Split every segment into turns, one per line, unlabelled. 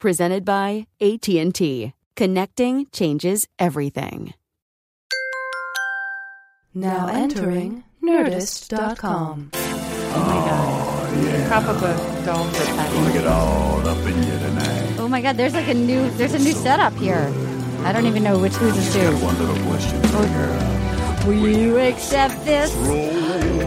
Presented by AT&T. Connecting changes everything.
Now entering Nerdist.com.
Cup of a dome for Patty.
Get all up in you tonight.
Oh my God! There's like a new there's a new setup here. I don't even know which who this is.
One little question for you.
Will you accept this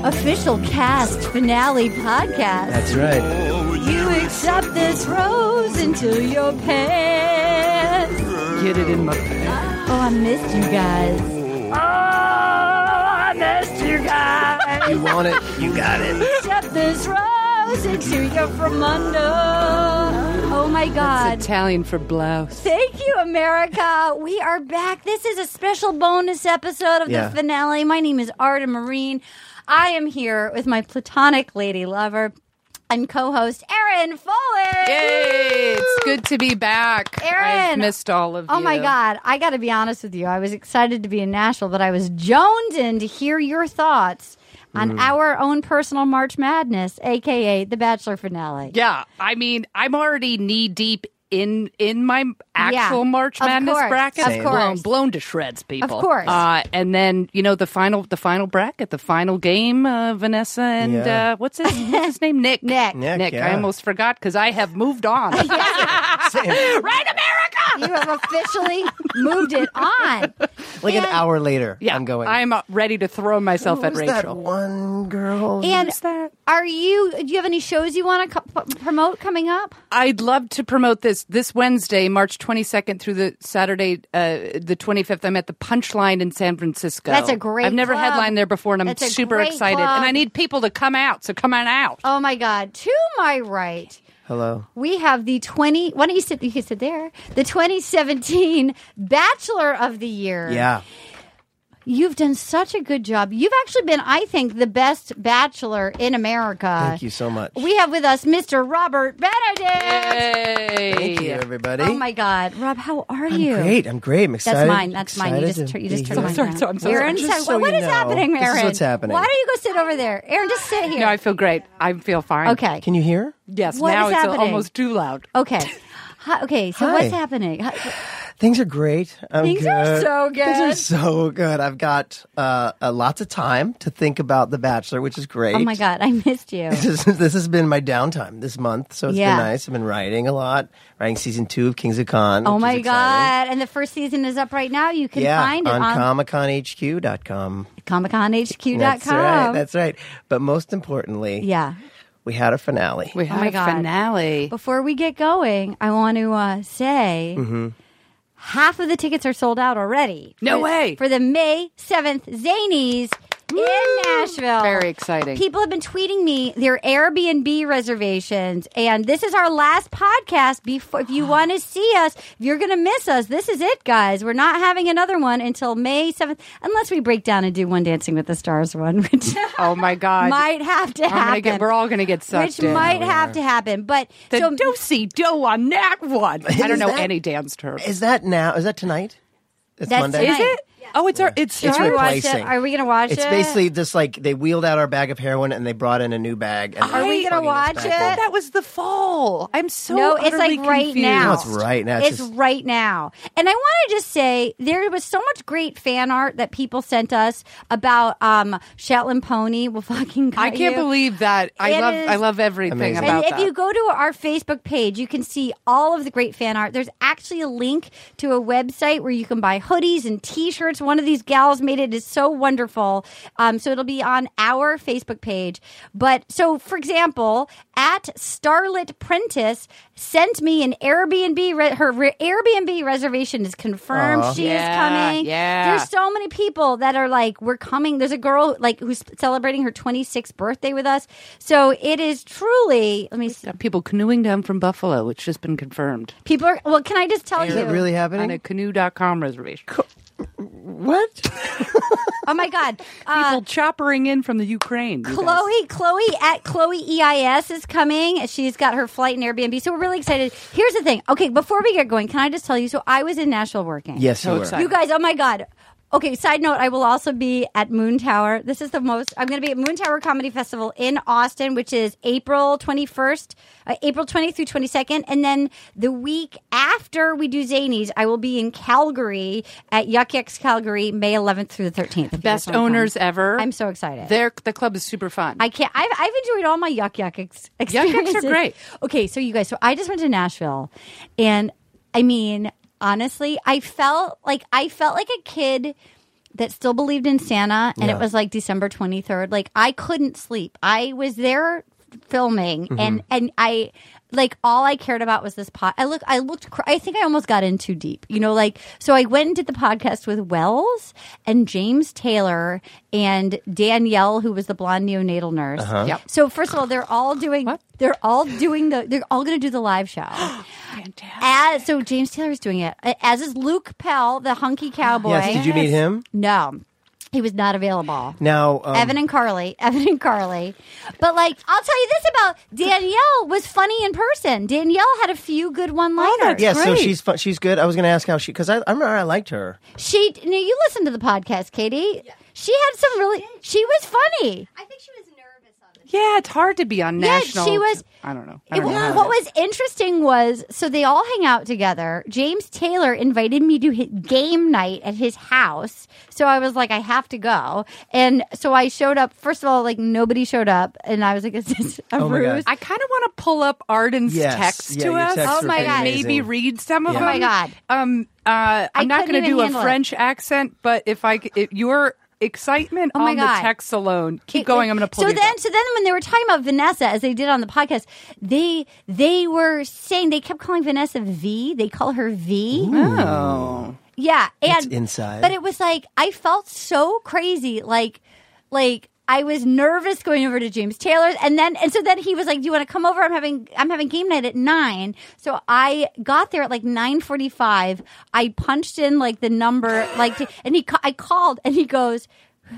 official cast finale podcast?
That's right.
You accept this rose into your pants.
Get it in my pants.
Oh, I missed you guys. Oh, I missed you guys.
You want it? You got it.
Accept this rose into your fromunda. Oh my God.
It's Italian for blouse.
Thank you, America. We are back. This is a special bonus episode of
Yeah.
the finale. My name is Arda Marine. I am here with my platonic lady lover and co-host Erin Foley.
Yay! It's good to be back. I've
Erin!
missed all of you.
Oh my God! I got to be honest with you. I was excited to be in Nashville, but I was jonesing to hear your thoughts on
Mm.
our own personal March Madness, aka the Bachelor finale.
Yeah, I mean, I'm already knee deep in in my actual March
of
Madness
course,
bracket.
of
blown,
course.
blown to shreds, people.
Of course.
Uh, and then you know the final the final bracket, the final game. Uh, Vanessa and
Yeah.
uh, what's his what's his name? Nick.
Nick.
Nick,
Nick. I
yeah.
almost forgot because I have moved on.
Same.
right, America.
You have officially moved it on.
Like an
And-
hour later,
Yeah,
I'm going.
I'm uh, ready to throw myself
Who's
at
that
Rachel.
one girl?
And
Who's that?
are you? Do you have any shows you want to co- p- promote coming up?
I'd love to promote this this Wednesday, March 22nd through the Saturday, uh, the 25th. I'm at the Punchline in San Francisco.
That's a great
I've never
club.
headlined there before, and I'm
That's a
super
great
excited.
club.
And I need people to come out, so come on out.
Oh my God! To my right.
Hello.
We have the 20, why don't you sit, you can sit there, the 2017 Bachelor of the Year.
Yeah.
You've done such a good job. You've actually been, I think, the best bachelor in America.
Thank you so much.
We have with us Mr. Robert Benedict.
Hey.
Thank you, everybody.
Oh my God, Rob, how are
I'm
you?
great. I'm great. I'm excited.
That's mine. That's mine. You
excited
just
to
tur- you
be
just turned
here.
mine
sorry,
around.
sorry, I'm so
Aaron,
sorry. Just
so-
so
what
you
is
know,
happening,
this is
Aaron?
what's happening.
Why don't you go sit over there, Aaron? Just sit here.
No, I feel great. I feel fine.
okay.
Can you hear?
Yes,
What
now
is
it's
happening? Oh
almost too loud.
Okay. Hi, okay. So
Hi.
what's happening? Hi-
Things are great. I'm
Things
good.
are so
Things are
good.
so good. I've got uh, uh, lots of time to think about The Bachelor, which is great.
Oh my God, I missed you.
This, is- this has been my downtime this month, so it's
Yeah.
been nice. I've been writing a lot, writing season two of Kings of Con.
Oh
which is
my
exciting.
God. And the first season is up right now. You can
Yeah,
find it
on,
on
comiconhq.com.
comiconhq.com.
That's right. That's right. But most importantly,
yeah.
we had a finale.
We have
my
a
God.
finale.
Before we get going, I want to uh, say half of the tickets are sold out already.
Mm-hmm. No
For-
way.
For the May 7th Zanies. in Nashville.
Very exciting.
People have been tweeting me their Airbnb reservations, and this is our last podcast. Before, if you want to see us, if you're going to miss us, this is it, guys. We're not having another one until May seventh, unless we break down and do one Dancing with the Stars one, which
Oh my God.
might have to
I'm gonna
happen.
get- we're all gonna get sucked
which
in.
might
Yeah, we
have
are.
to happen. But
the
so
do see do on that one. I don't
Is
know
that-
any dance terms.
Is that now? Is that tonight? It's
That's
Monday.
tonight.
Is it? Oh, it's our. It's
It's
Are we
started?
watch
replacing.
it? Are we gonna watch
it's
it?
basically just like they wheeled out our bag of heroin and they brought in a new bag. And
Are we
they're
gonna
plugging us
watch
back in.
it?
That was the fall. I'm so
no, it's
utterly
like right
confused.
now.
No, it's right now. It's
It's,
just-
right now. And I want to just say there was so much great fan art that people sent us about um, Shetland Pony. Will fucking.
I
cut
can't
you.
believe that. I
It
love.
is-
I love everything
Amazing.
about
And if
that.
you go to our Facebook page, you can see all of the great fan art. There's actually a link to a website where you can buy hoodies and T-shirts. One of these gals made it. It's so wonderful. Um, so it'll be on our Facebook page. But so, for example, at Starlit Prentice sent me an Airbnb. Re- her re- Airbnb reservation is confirmed. She
Yeah,
is coming.
yeah.
There's so many people that are like, we're coming. There's a girl like who's celebrating her 26th birthday with us. So it is truly. Let me. See.
Got people canoeing down from Buffalo, which has been confirmed
People are. Well, can I just tell
Is
you?
that really
on a
happening?
canoe.com reservation.
What?
Oh my god. Uh,
people choppering in from the Ukraine. you guys.
Chloe, Chloe at Chloe EIS is coming. She's got her flight and Airbnb, so we're really excited. Here's the thing. Okay, before we get going, can I just tell you? So I was in Nashville working.
Yes,
So
you were.
excited.
You guys, oh my God. Okay, side note, I will also be at Moon Tower. This is the most, I'm going to be at Moon Tower Comedy Festival in Austin, which is April 21st, uh, April 20th through 22nd. And then the week after we do Zanies, I will be in Calgary at Yuck Yucks Calgary, May 11th through the 13th. if you guys
Best
wanna come.
owners ever.
I'm so excited.
They're, the club is super fun.
I can't. I've, I've enjoyed all my yuck yuck ex- experiences.
are great.
Okay, so you guys, so I just went to Nashville, and I mean, honestly, I felt like I felt like a kid that still believed in Santa, and it was like December twenty third. Like I couldn't sleep. I was there filming, and and I. Like all I cared about was this pot. I look, I looked. Cr- I think I almost got in too deep, you know. Like so, I went and did the podcast with Wells and James Taylor and Danielle, who was the blonde neonatal nurse.
Yep.
So first of all, they're all doing. They're all doing the. They're all going to do the live show. As, so James Taylor's doing it, as is Luke Pell, the hunky cowboy.
Yes. Did you meet him?
No, he was not available.
Now, um,
Evan and Carly, Evan and Carly. But like, I'll tell you this about Danielle was funny in person. Danielle had a few good one-liners.
yeah, so
Great.
she's fun. she's good. I was going to ask how she because I, I remember I liked her.
She, now you listen to the podcast, Katie. She had some really. She was funny.
yeah, it's hard to be on
Yeah,
national.
she was-
I don't know. I don't
It-
know how
what
it is.
was interesting was so they all hang out together. James Taylor invited me to his game night at his house. So I was like, I have to go. And so I showed up. First of all, like nobody showed up. And I was like, is this a
Oh my God.
ruse?
I kind of want to pull up Arden's
Yes.
text
Yeah,
to
your
us.
texts
Oh were my God. amazing.
Maybe read some of
Yeah.
them.
Oh my
God.
Um, uh, I'm not
couldn't
going to
even
do a
handle it.
French accent, but if I, c- if your excitement
Oh my
on
God.
the text alone, keep
It-
going. I'm going to pull.
So
these
then,
up.
so then, when they were talking about Vanessa, as they did on the podcast, they they were saying they kept calling Vanessa V. They call her V.
Oh.
Yeah, and
It's inside.
But it was like I felt so crazy, like like I was nervous going over to James Taylor's, and then and so then he was like, "Do you want to come over? I'm having I'm having game night at 9. So I got there at like nine forty five. I punched in like the number, like, to, and he ca- I called, and he goes.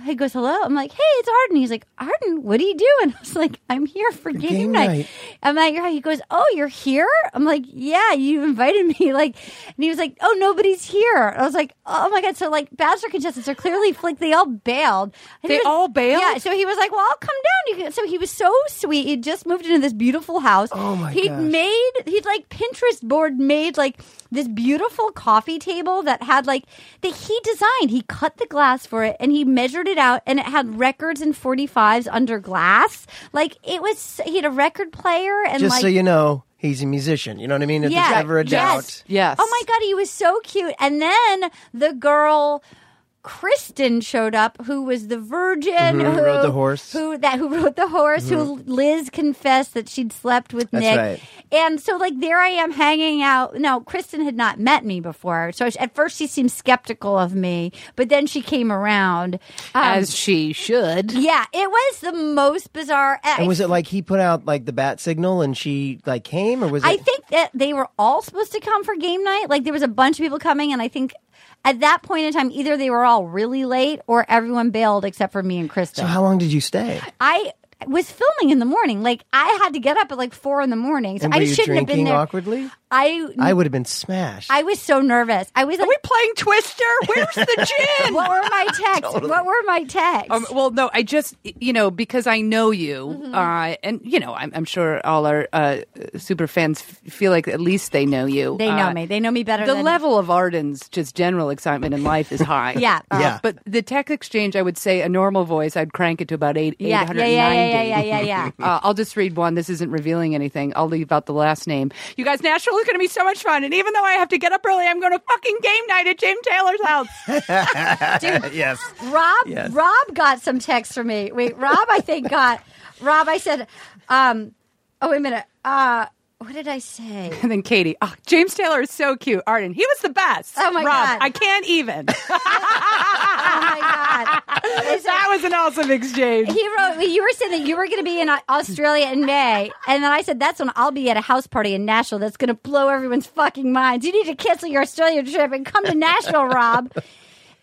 He goes, hello. I'm like, hey, it's Arden. He's like, Arden, what do you do? And I was like, I'm here for game,
Game
night.
night.
I'm at your house. He goes, Oh, you're here? I'm like, Yeah, you invited me. Like, and he was like, Oh, nobody's here. I was like, Oh my God. So, like, bachelor contestants are clearly, like, they all bailed. And he
They
was-
all bailed?
Yeah. So he was like, Well, I'll come down. You can- So he was so sweet. He just moved into this beautiful house. Oh
my
He'd
gosh.
made, he'd like Pinterest board made like this beautiful coffee table that had like, that he designed. He cut the glass for it and he measured it out and it had records and 45s under glass. Like, it was, he had a record player and
Just
like,
so you know, he's a musician. You know what I mean? If there's ever a
Yes.
doubt.
Yes.
Oh my god, he was so cute. And then the girl Kristen showed up, who was the virgin
Who rode the horse.
who that who rode the horse, who Liz confessed that she'd slept with
That's
Nick,
right.
and so like there I am hanging out. No, Kristen had not met me before, so she- at first she seemed skeptical of me, but then she came around. Um,
as she should.
yeah, it was the most bizarre.
And was it like he put out like the bat signal and she like came or was it?
I think that they were all supposed to come for game night. Like there was a bunch of people coming, and I think at that point in time, either they were all really late or everyone bailed except for me and Krista.
so "Oh, how long did you stay?
I was filming in the morning. Like I had to get up at like four in the morning, so
And
I
were you
shouldn't have been
drinking
there.
awkwardly?
I
I would have been smashed.
I was so nervous. I was like,
playing Twister? Where's the gin?
what were my texts? What were my texts?
Um, well, no, I just you know because I know you,
Mm-hmm.
uh, and you know I'm, I'm sure all our uh, super fans f- feel like at least they know you.
they know
Uh,
me. They know me better.
The
than,
level of Arden's just general excitement in life is high.
Yeah.
Yeah.
But the text exchange, I would say a normal voice, I'd crank it to about eight,
Yeah, yeah,
890.
yeah, yeah, yeah, yeah, yeah, yeah.
Uh, I'll just read one. This isn't revealing anything. I'll leave out the last name. You guys, Nashville is going to be so much fun. And even though I have to get up early, I'm going to fucking game night at Jim Taylor's house.
yes.
Rob
Yes.
Rob got some texts from me. Wait, Rob I think got Rob I said um oh wait a minute. Uh what did I say?
and then Katie, oh, James Taylor is so cute. Arden, he was the best.
Oh, my
Rob,
God.
I can't even.
Oh my god. It's
that was an awesome exchange.
he wrote me, you were saying that you were going to be in Australia in May. And then I said, that's when I'll be at a house party in Nashville that's going to blow everyone's fucking minds. You need to cancel your Australia trip and come to Nashville, Rob.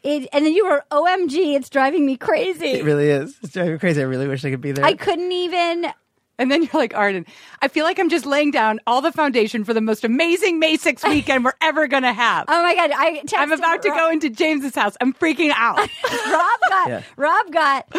It, and then you were, OMG, it's driving me crazy.
It really is. It's driving me crazy. I really wish I could be there.
I couldn't even. oh
And then you're like, Arden, I feel like I'm just laying down all the foundation for the most amazing May 6th weekend we're ever going to have.
Oh my God. I texted
I'm about to
Rob-
go into James's house. I'm freaking out.
Rob got
Yeah.
Rob got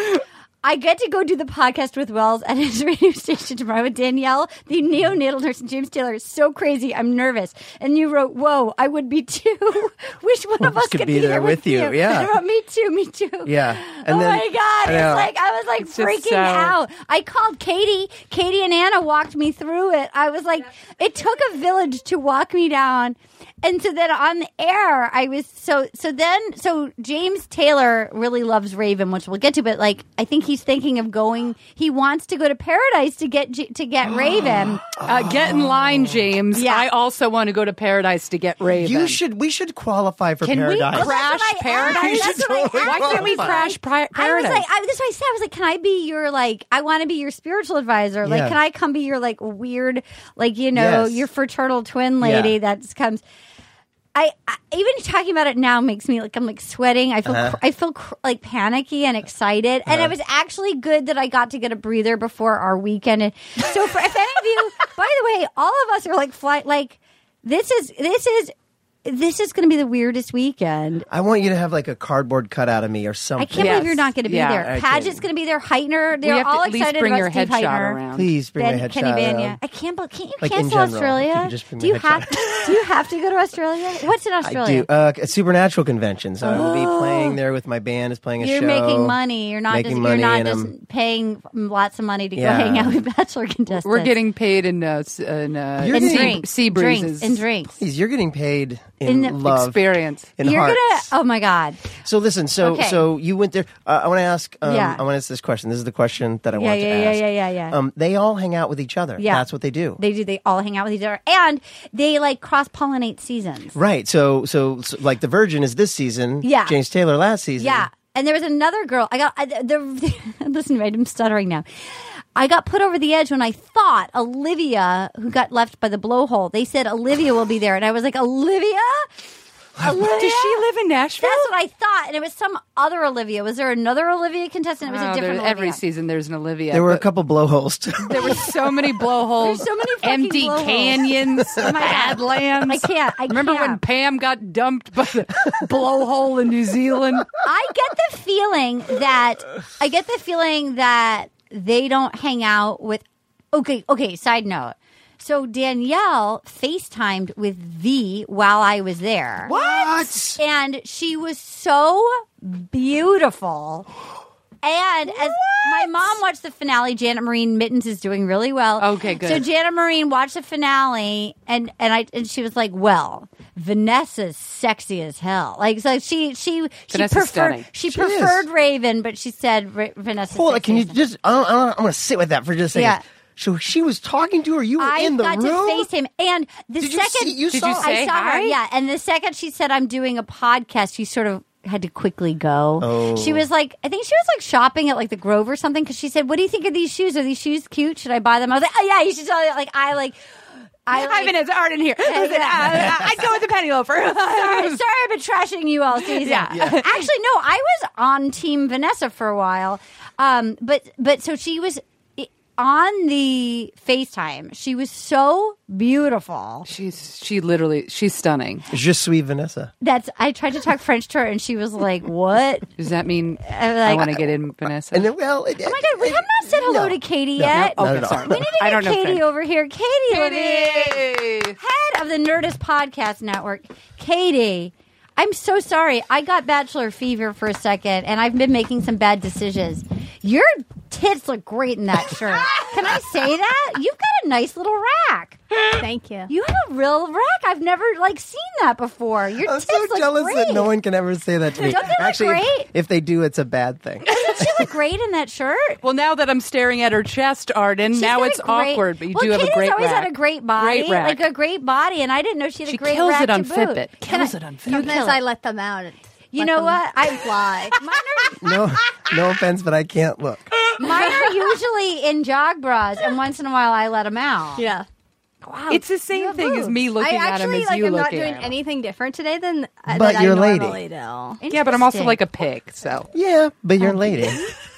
I get to go do the podcast with Wells at his radio station tomorrow with Danielle, the neonatal nurse, and James Taylor. is so crazy. I'm nervous. And you wrote, Whoa, I would be too. Wish one of us could, be, there with you.
yeah.
I wrote, Me too, me too.
Yeah. And
oh
then-
my God.
I know.
It's like, I was like
It's just
freaking
so-
out. I called Katie. Katie and Anna walked me through it. I was like, it took a village to walk me down. And so then on the air, I was so, so then, so James Taylor really loves Raven, which we'll get to, but like, I think he's thinking of going, he wants to go to paradise to get, J- to get Raven.
Uh, get in line, James.
Yeah.
I also want to go to paradise to get Raven.
you should. We should qualify for
Can we
paradise.
Well,
crash
that's what I asked.
paradise?
You should
That's what I
totally
asked.
Why can't we
qualify.
crash pri-
I was
paradise?
like, I, that's what I said. I was like, can I be your like? I want to be your spiritual advisor. Like,
Yeah.
can I come be your like weird, like you know,
Yes.
your fraternal twin lady
Yeah.
that comes? I, I even talking about it now makes me like I'm like sweating. I feel
Uh-huh.
cr- I feel cr- like panicky and excited. And it was actually good that I got to get a breather before our weekend. And so for if any of you, by the way, all of us are like fly like this is this is this is going to be the weirdest weekend.
I want you to have like a cardboard cutout of me or something.
I can't
Yes.
believe you're not going to be
Yeah,
there.
I
Paget's
can-
going to be there. Heitner,
we
they're
have to
all
at least
excited
bring
about
your
Steve
headshot
Heitner.
around.
Please bring
Ben
my headshot.
Kenny Vanya.
around.
I can't. bel- Can't you
Like,
cancel
in general, if
Australia?
you could just bring
do
my
you have? do you have to go to Australia? What's in
I
Australia?
do uh, a supernatural convention, so I will be playing there with my band. Is playing a
Oh. You're
show.
making money. You're not.
making
Just, you're
money
not
and
just
I'm-
paying lots of money to
Yeah.
go hang out with bachelor contestants.
We're getting paid in, uh, s- in, uh,
You're
and
getting-
sea,
drinks,
sea breezes.
drinks, and drinks.
Please, you're getting paid
In
in,
the-
love,
Experience.
in
you're
hearts.
gonna. Oh my god.
So listen, so
Okay.
so you went there. Uh, I want to ask. Um,
Yeah.
I want to ask this question. This is the question that I
Yeah,
want to
yeah, yeah,
ask.
yeah, yeah, yeah.
Um, they all hang out with each other.
Yeah.
that's what they do.
They do. They all hang out with each other, and they like cross pollinate seasons.
right. So, so so like the Virgin is this season.
Yeah.
James Taylor last season.
Yeah. And there was another girl. I got I, the, the listen. to me, I'm stuttering now. I got put over the edge when I thought Olivia, who got left by the blowhole. They said Olivia will be there, and I was like, Olivia. Olivia?
Does she live in Nashville?
That's what I thought, and it was some other Olivia. Was there another Olivia contestant? It was
Oh,
a
there-
different Olivia.
every season there's an Olivia.
There were a
but
couple blowholes. too.
there were so many blowholes.
There's so many fucking
empty
blowholes. Oh
canyons,
my God.
badlands.
I can't. I
Remember
can't.
when Pam got dumped by the blowhole in New Zealand?
I get the feeling that I get the feeling that they don't hang out with. Okay, okay. Side note. So Danielle FaceTimed with V while I was there.
what?
And she was so beautiful. And as my mom watched the finale, Janet Marine Mittens is doing really well.
Okay, good.
So Janet Marine watched the finale, and and I and she was like, "Well, Vanessa's sexy as hell." Like so, she she she
Vanessa's
preferred
stunning.
she,
She is.
preferred Raven, but she said Ra- Vanessa.
Hold on, can you just? I don't, I don't, I'm going to sit with that for just a second.
Yeah.
So she was talking to her. You were
I
in the
got to
room.
face him, and the
Did you
second
see- you Did
saw- you
I
say
saw her,
hi?
yeah. And the second she said, "I'm doing a podcast," she sort of had to quickly go.
Oh.
She was like, I think she was like shopping at like the Grove or something because she said, "What do you think of these shoes? Are these shoes cute? Should I buy them?" I was like, "Oh yeah, you should tell." Like I like, I like,
Ivan is art in here. Listen,
yeah.
uh, I'd go with the penny loafer.
sorry, sorry, I've been trashing you all season.
Yeah. Yeah.
Actually, no, I was on Team Vanessa for a while, um, but but so she was i- on the FaceTime. She was so beautiful.
She's she literally she's stunning.
Je suis Vanessa.
That's I tried to talk French to her, and she was like, "What?"
Does that mean
I'm
I
Uh, like-
want to get in Vanessa?
And then, well, it,
Oh my god, we have not said hello to Katie yet.
No,
we
not
need
at all.
sorry.
to get
I don't know
Katie
French.
over here. Katie, Levine,
Katie!
head of the Nerdist Podcast Network. Katie, I'm so sorry. I got bachelor fever for a second, and I've been making some bad decisions. Your tits look great in that shirt. Can I say that? You've got a nice little rack.
Thank you.
You have a real rack. I've never like seen that before. Your
I'm
tits
so
look
jealous
great.
that no one can ever say that to me.
Don't they look
Actually, if-
great?
If, they do, it's a bad thing.
Doesn't she look great in that shirt?
Well, now that I'm staring at her chest, Arden,
She's
now
got a
it's
great-
awkward. But you
well,
do have a
Katie's
great
always
rack.
had a great body,
Great rack.
like a great body, and I didn't know she had a
She
great
kills
rack
it on
to boot.
Fitbit.
Can
Kills
I-
it on Fitbit.
You,
Sometimes
kill
I
it.
let them out. It's-
You
let
know
them-
what? I fly.
no, no offense, but I can't look.
Mine are usually in jog bras, and once in a while I let them out.
Yeah.
Wow,
It's
Oh,
the
you
same
have
thing as
boobs.
me
I
looking at him
actually
as
like.
you
I'm not
looking
doing
at him.
anything different today than uh,
But
that
you're
I
a lady.
normally do.
Yeah, but I'm also
Interesting.
like a pig. So
Yeah, but you're lady.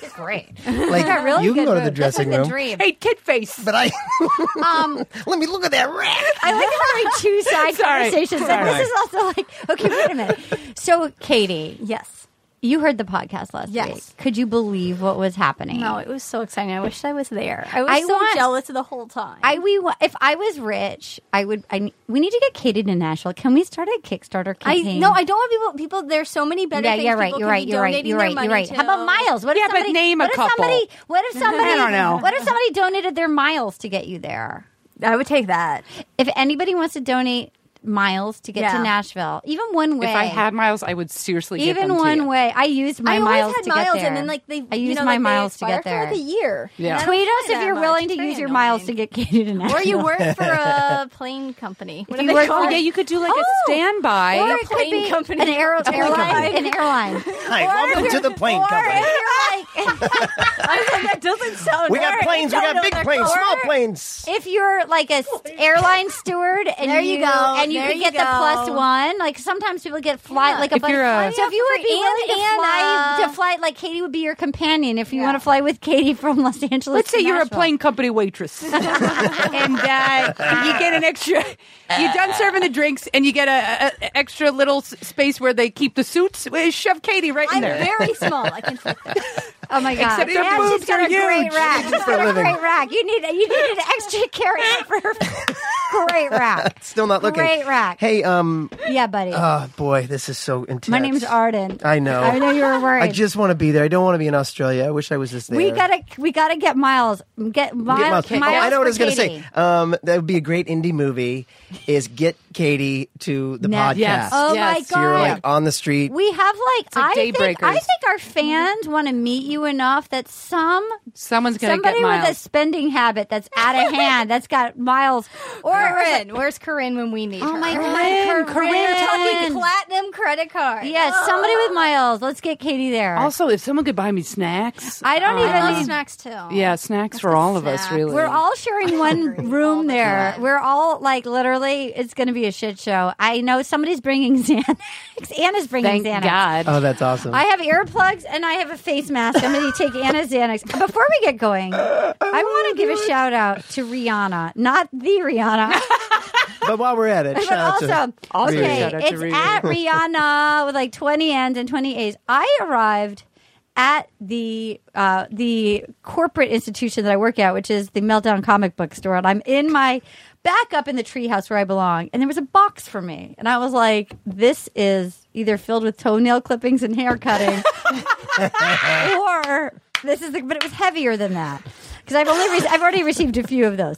You're great.
Like
Got really
you can
good
go to the
boobs. That's
dressing
like
room.
The dream.
hey, tit face.
But I
Um,
let me look at that rack.
I like having like two side
Sorry.
conversations. Like,
Sorry.
this is also like okay. Wait a minute. So, Katie,
Yes.
you heard the podcast last
Yes.
week. Could you believe what was happening?
No, it was so exciting. I wish I was there. I was
I
so
want-
jealous the whole time.
I we wa- if I was rich, I would. I ne- we need to get Katie to Nashville. Can we start a Kickstarter
I
campaign?
no, I don't want people. People, there's so many better.
yeah,
things
you're right.
people
You're
can
right.
be
You're right.
donating
You're
their
right. You're
money
right. How about
to.
miles? What if
Yeah, but
somebody?
name a
what if
couple.
somebody? What if somebody?
don't know.
What if somebody donated their miles to get you there?
I would take that.
If anybody wants to donate miles to get
Yeah.
to Nashville, even one way.
If I had miles, I would seriously give
even
them to
one
you.
way, I used my
I
miles
always had
to
miles,
get there.
and then like they,
I
you
used
know,
my
like, they
miles to
expire
get there.
for like a year.
Yeah.
And I don't
Tweet us
fly
if
that
you're
much.
willing to
Very
use your miles
annoying.
to get Katie to Nashville.
Or you work for a plane company. What do
you
they
work
call
for-
Oh,
it?
yeah, you could do like
Oh,
a standby.
or
a
it could
plane
be
company.
an aero-
A plane
airline,
company.
an airline.
Hi, welcome to the plane
or
company.
if you're like,
that doesn't sound.
We got
right.
planes. We
Don't know
got big
their
planes,
color.
small planes.
if you're like a s- airline steward, and
There you go.
and you
There
can
you
get the plus
go.
one. Like sometimes people get flight, like a
If
bunch
you're a-
so if you
Yeah,
would be
for
willing to
free, and
fly
Anna.
to fly, like Katie would be your companion if you
Yeah.
want to fly with Katie from Los Angeles.
Let's
to
say you're a
Nashville.
plane company waitress, and uh, you get an extra. You're done serving the drinks, and you get a, a, a extra little s- space where they keep the suits. Uh, Shove Katie right in
I'm
there.
very small. I can fit there.
Oh my god!
Except her
yeah, she's
boobs
got
are
a great
huge.
rack.
She
She's
does for a
got a
living.
great rack. You need you need an extra carrot for her. great rack.
Still not looking.
Great rack.
Hey, um,
Yeah, buddy.
oh boy, this is so intense.
My name's Arden.
I know.
I know you were worried.
I just want to be there. I don't want to be in Australia. I wish I was just there.
we gotta we gotta get Miles. Get Miles.
Get Miles.
Miles
oh, I know what I was
going to
gonna say. Um, that would be a great indie movie. Is get Katie to the
Now-
podcast.
Yes.
Oh
Yes. oh.
my
So you're
god.
like on the street.
we have like,
like
I think
Daybreakers.
I think our fans want to meet you enough that some
Someone's gonna
somebody
get miles.
with a spending habit that's out of hand that's got Miles or
Corinne, where's Corinne when we need her?
Oh my
Corinne,
god,
Corinne, you're
Fucking platinum credit card.
Yes, somebody with Miles. Let's get Katie there.
also, if someone could buy me snacks,
I
uh,
don't
I
even
love
need.
snacks too.
Yeah, snacks for all of us.
snacks.
Really,
We're all sharing one room there. We're all like literally, it's going to be a shit show. I know somebody's bringing Xanax. Anna's bringing Xanax.
Thank God.
oh, that's awesome.
I have earplugs and I have a face mask. I'm going to take Anna's Xanax. Before we get going, I want to give a shout out to Rihanna, not the Rihanna,
but while we're at it,
but
shout out to-
also,
Also
okay,
shout out to
it's
Rihanna.
at Rihanna with like 20 N's and 20 A's. I arrived at the uh, the corporate institution that I work at, which is the Meltdown Comic Book Store, and I'm in my back up in the treehouse where I belong, and there was a box for me, and I was like, "This is either filled with toenail clippings and hair cutting." or this is the, but it was heavier than that because I've only re- I've already received a few of those.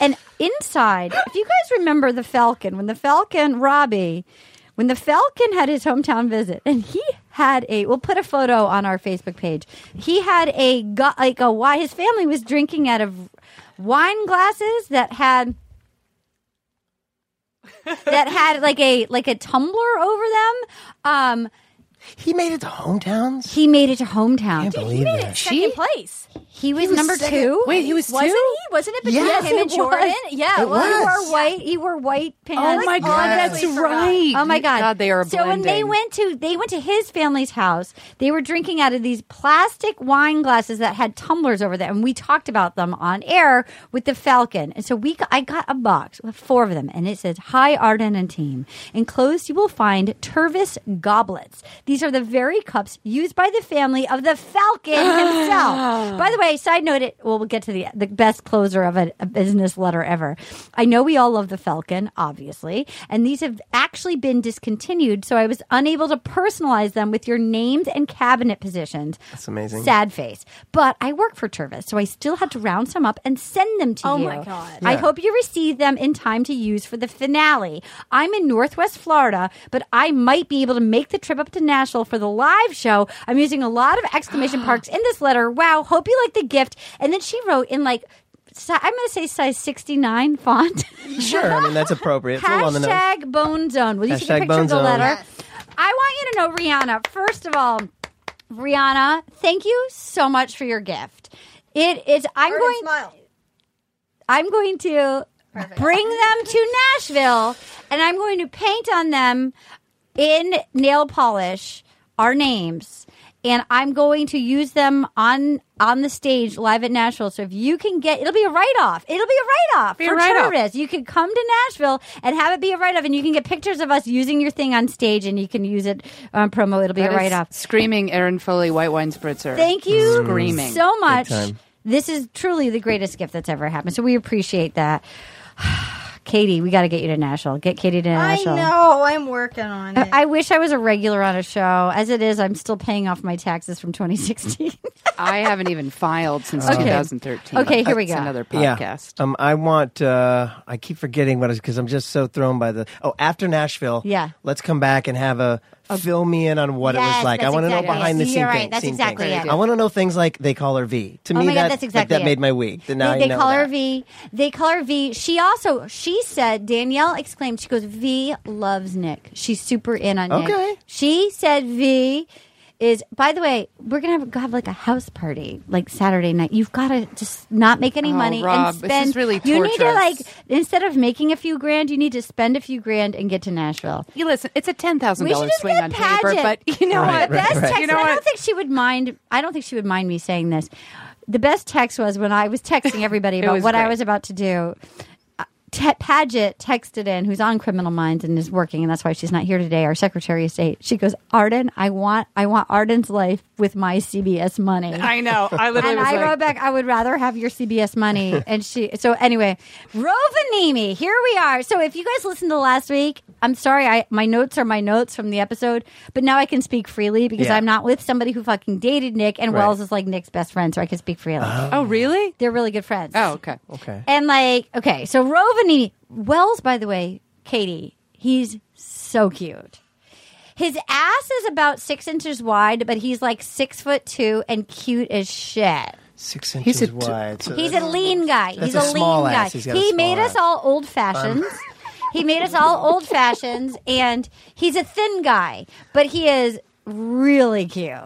And inside, if you guys remember the Falcon, when the Falcon Robbie, when the Falcon had his hometown visit, and he had a we'll put a photo on our Facebook page. He had a gu- like a why his family was drinking out of wine glasses that had that had like a like a tumbler over them. Um,
he made it to hometowns.
He made it to hometown.
Dude, he made it.
Oh, Second place.
He was, number
second-
two.
Wait, he was
Wasn't
two?
he? Wasn't it between
Yes,
him and
it was.
Jordan? Yeah,
It
He
was.
wore white. He wore white
Oh
pants.
my god, that's
honestly forgot.
right.
Oh my god.
they are
so when they
blending.
went to they went to his family's house, they were drinking out of these plastic wine glasses that had tumblers over them, and we talked about them on air with the Falcon. And so we got, I got a box with four of them, and it says, "Hi Arden and team. Enclosed, you will find Tervis goblets. These are the very cups used by the family of the Falcon
Ah.
himself." by the way, side note: it well, we'll get to the the best closer of a, a business letter ever. I know we all love the Falcon, obviously, and these have actually been discontinued, so I was unable to personalize them with your names and cabinet positions.
That's amazing.
Sad face. But I work for Tervis, so I still had to round some up and send them to
Oh
you.
my God.
I hope you receive them in time to use for the finale. I'm in Northwest Florida, but I might be able to make the trip up to Nashville for the live show. I'm using a lot of exclamation marks in this letter. Wow, hope you like the gift. And then she wrote in like si- I'm going to say size 69 font.
Sure, I mean that's appropriate. It's a little on the nose.
Hashtag Bone Zone. Will you take a
Hashtag
picture of
Bone
the
Zone.
letter?
Yes.
I want you to know, Rihanna, first of all, Rihanna, thank you so much for your gift. It is I'm
Jordan
going
smile.
I'm going to bring them to Nashville and I'm going to paint on them in nail polish our names and I'm going to use them on on the stage live at Nashville. So if you can get it'll be a write off. It'll be a write off
Be a
for
write-off.
tourists. You can come to Nashville and have it be a write off and you can get pictures of us using your thing on stage and you can use it on promo. It'll be
That
a
is
write off.
Screaming Aaron Foley white wine spritzer.
Thank you
Mm.
Screaming.
so much.
time.
This is truly the greatest gift that's ever happened. So we appreciate that. Katie, we got to get you to Nashville. Get Katie to
I
Nashville.
know. I'm working on it.
I I wish I was a regular on a show. As it is, I'm still paying off my taxes from 2016.
I haven't even filed since
Okay.
2013.
Okay, here we
It's
go.
Another
Yeah.
podcast.
Um, I want. Uh, I keep forgetting what it is because I'm just so thrown by the. Oh, after Nashville.
Yeah.
Let's come back and have a, fill me in on what it
Yes,
was like. I
that's
want to
exactly
know behind
it.
the
You're
scene
right,
thing-
that's
scene
exactly
things.
it.
I want to know things like they call her V. To
Oh
me,
my God,
that,
that's
like,
exactly
that
it.
made my week. Then now I
they, they
know
call her
that.
V. They call her V. She also she said Danielle exclaimed. She goes V loves Nick. She's super in on Nick.
Okay.
She said V is. By the way, we're gonna have, have like a house party like Saturday night. You've got to just not make any
Oh,
money
Rob,
and
this
spend.
is really
you need to
torturous.
like instead of making a few grand, you need to spend a few grand and get to Nashville.
You listen, it's a ten thousand
We should
dollar
just
swing
get a
on paper,
pageant.
but you know
Right,
what?
right,
best
right.
text.
You know
I don't
what?
think she would mind. I don't think she would mind me saying this. The best text was when I was texting everybody
It
about
was
what I
great.
was about to do. Uh, Te- Paget texted in, who's on Criminal Minds and is working, and that's why she's not here today. Our Secretary of State. She goes, Arden, I want, I want Arden's life with my CBS money.
I know. I literally
and
was
I
like,
wrote back, I would rather have your CBS money. and she, so anyway, Rovanimi, here we are. So if you guys listened to last week, I'm sorry, I my notes are my notes from the episode, but now I can speak freely because
Yeah.
I'm not with somebody who fucking dated Nick, and
Right.
Wells is like Nick's best friend, so I can speak freely.
"Oh, really?
They're really good friends.
Oh, okay.
Okay.
And like, okay, so Rovani Wells, by the way, Katie, he's so cute. His ass is about six inches wide, but he's like six foot two and cute as shit.
Six inches
a t-
wide. so
He's a
that's-
lean guy.
That's
He's
a
a,
small
lean guy.
ass. He's got a
He
small
made us
ass.
all old fashions. he made us all old fashions, and he's a thin guy, but he is really cute.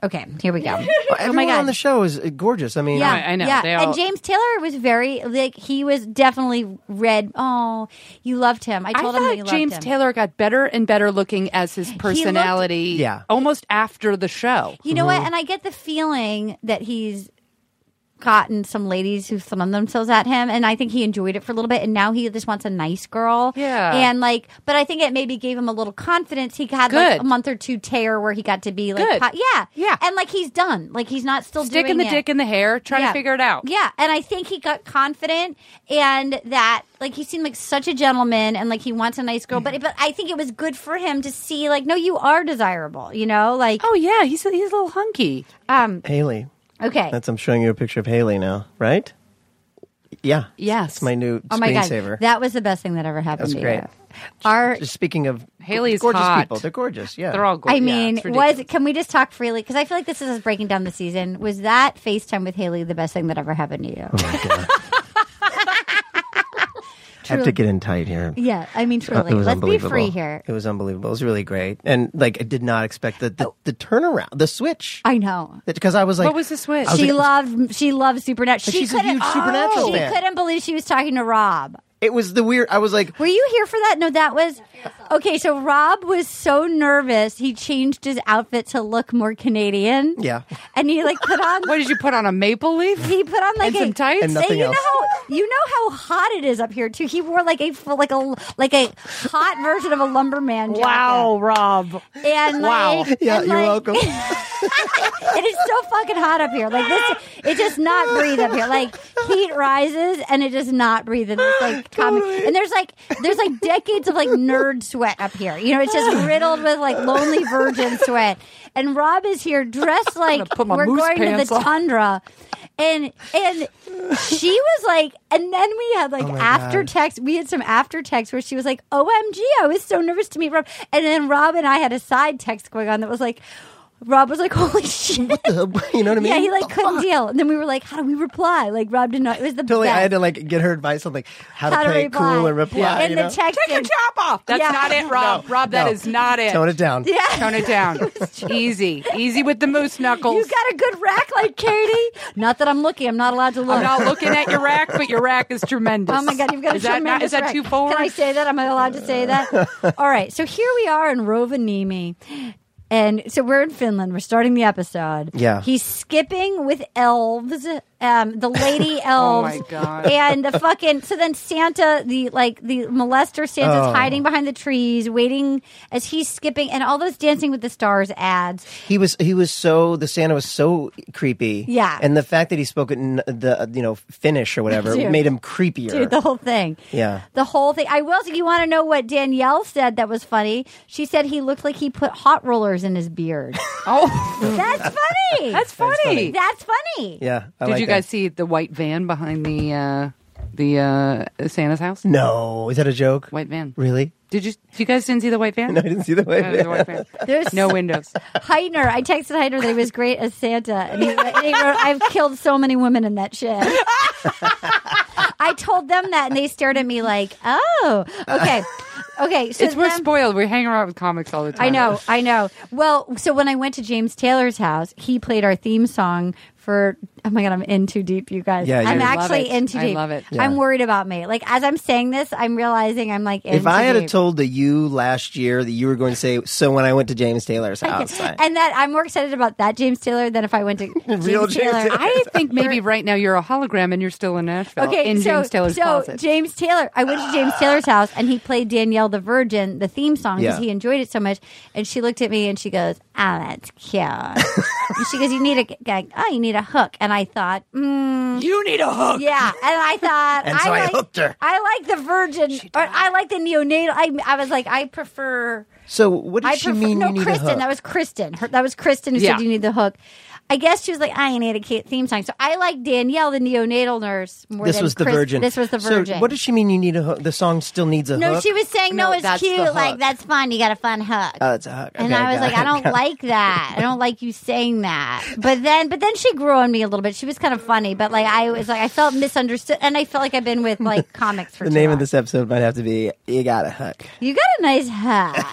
Okay, here we go. oh
Everyone
my god.
on the show is uh, gorgeous. I mean,
Yeah,
I know.
Yeah.
They
and
all-
James Taylor was very like he was definitely red. Oh, you loved him. I
I
told
thought
him that you
James
loved him.
Taylor got better and better looking as his personality.
Yeah.
almost after the show.
You know what? And I get the feeling that he's gotten some ladies who thrown themselves at him, and I think he enjoyed it for a little bit, and now he just wants a nice girl.
Yeah.
and like, but I think it maybe gave him a little confidence. He had like
Good.
a month or two tear where he got to be like,
Good.
po- yeah,
Yeah.
and like he's done. Like he's not still
Stick
doing
in the
it.
dick in the hair, trying
Yeah.
to figure it out.
Yeah, and I think he got confident, and that like he seemed like such a gentleman, and like he wants a nice girl. But but I think it was good for him to see like, no, you are desirable. You know, like
Oh yeah, he's a, he's a little hunky.
um,
Haley.
okay,
That's I'm showing you a picture of Haley now, right? Yeah.
Yes.
It's my new
oh my god,
screensaver.
that was the best thing that ever happened.
That's
to
great.
You. Our
Just speaking of
Haley is
gorgeous
hot.
people. They're gorgeous. Yeah.
They're all good.
I mean,
it's
was
ridiculous.
can we just talk freely? Because I feel like this is us breaking down the season. Was that FaceTime with Haley the best thing that ever happened to you?
I have to get in tight here.
yeah, I mean,
Uh,
truly, let's be free here.
It was unbelievable. It was really great, and like I did not expect the the, the turnaround, the switch.
Oh. I know.
Because I was like,
what was the switch?
I was
She
like-
loved she loved Supernatural. She
she's a
couldn't- Oh,
huge Supernatural
She
fan.
couldn't believe she was talking to Rob.
It was the weird. I was like,
Were you here for that? No, that was okay. So Rob was so nervous he changed his outfit to look more Canadian.
Yeah.
and he like put on
what did you put on a maple leaf?
he put on like
And some
a,
tights?
And nothing
you
else.
know how you know how hot it is up here too. He wore like a full- like a like a hot version of a lumberman jacket.
Rob.
And
Wow.
like,
yeah,
and,
you're
like,
welcome.
it is so fucking hot up here. Like this, it does not breathe up here. Like heat rises and it does not breathe. And it's like comic. And there's like there's like decades of like nerd sweat up here. You know, it's just riddled with like lonely virgin sweat. And Rob is here dressed like
put my
we're
moose
going to
pants
the
on.
tundra. And and she was like, and then we had
Oh
like after text. We had some after text where she was like, "OMG, I was so nervous to meet Rob." And then Rob and I had a side text going on that was like, Rob was like, "Holy shit!"
you know what I mean?
Yeah, he like
The
couldn't
fuck?
deal. And then we were like, how do we reply? Like Rob did not. It was the
Totally,
best.
I had to like get her advice on like how, to play it cool and reply.
And
you
the
know?
text.
Take your top off. That's
Yeah.
not it, Rob. Rob, that
no.
is not it.
Tone it down.
Yeah.
Tone it down. Easy. Easy with the moose knuckles.
You got a good rack like Katie. not that I'm looking. I'm not allowed to look.
I'm not looking at your rack, but your rack is tremendous.
Oh my God, you've got
is
a
that
tremendous
not- is that
rack.
too forward?
Can I say that? Am I allowed to say that? All right, so here we are in Rovaniemi. And so we're in Finland. We're starting the episode.
Yeah.
He's skipping with elves, um, the lady elves.
Oh my God.
And the fucking. So then Santa, the like the molester Santa's hiding behind the trees, waiting as he's skipping, and all those Dancing with the Stars ads.
He was he was so the Santa was so creepy.
Yeah.
and the fact that he spoke in the you know Finnish or whatever
Dude.
made him creepier.
Dude, the whole thing.
Yeah.
The whole thing. I will say, you want to know what Danielle said that was funny? She said he looked like he put hot rollers in his beard.
Oh,
That's funny.
that's funny.
That's funny.
yeah, I
Did
like
you guys
that.
see the white van behind the uh, the uh, Santa's house?
No, is that a joke?
White van.
Really?
Did you? You guys didn't see the white van?
No, I didn't see the way.
Yeah, the white van.
There's
No windows.
Heitner. I texted Heitner that he was great as Santa. And he, and he wrote, I've killed so many women in that shit. I told them that and they stared at me like, oh, okay. Okay. So
It's we're
then-
spoiled. We hang around with comics all the time.
I know, I know. Well, so when I went to James Taylor's house, he played our theme song for. Oh my god, I'm in too deep, you guys.
Yeah,
I'm
you're- I
love
actually
it.
in too
I
deep.
love it.
I'm worried about me. Like as I'm saying this, I'm realizing I'm like. In
If
too
I had
deep.
have told the you last year that you were going to say, so when I went to James Taylor's house, I,
and that I'm more excited about that James Taylor than if I went to James
Real James
Taylor.
Taylor.
I think maybe right now you're a hologram and you're still in Nashville.
Okay,
in
so,
James Taylor's
so
closet.
James Taylor, I went to James Taylor's house and he played Danielle the Virgin, the theme song, because
Yeah.
he enjoyed it so much. And she looked at me and she goes, "Ah, that's cute." and she goes, "You need a, g- g- oh, you need a hook." And I thought, mm,
you need a hook.
yeah. And I thought,
And so I
like,
hooked her.
I like the Virgin, or I like the neonatal. I, I was like, I prefer.
So what did
I
she
prefer,
mean?
no,
you need
Kristen.
a hook?
That was Kristen. Her, that was Kristen who
Yeah.
said you need the hook. I guess she was like, I need a cute theme song. So I like Danielle, the neonatal nurse, more
this
than
was the
Chris-
virgin.
This was the virgin.
So what does she mean? You need a hook. The song still needs a
no,
hook.
she was saying, no,
No,
it's
that's the
cute. Like,
hook.
that's fun. You got a fun hook.
Oh, it's a hook.
and
Okay,
I was
got
like,
it,
I don't
got it.
like that. I don't like you saying that. But then, but then she grew on me a little bit. She was kind of funny, but like I was like, I felt misunderstood, and I felt like I've been with like comics for
The
too
name of
long.
this episode might have to be "You Got a Hook."
You got a nice hat.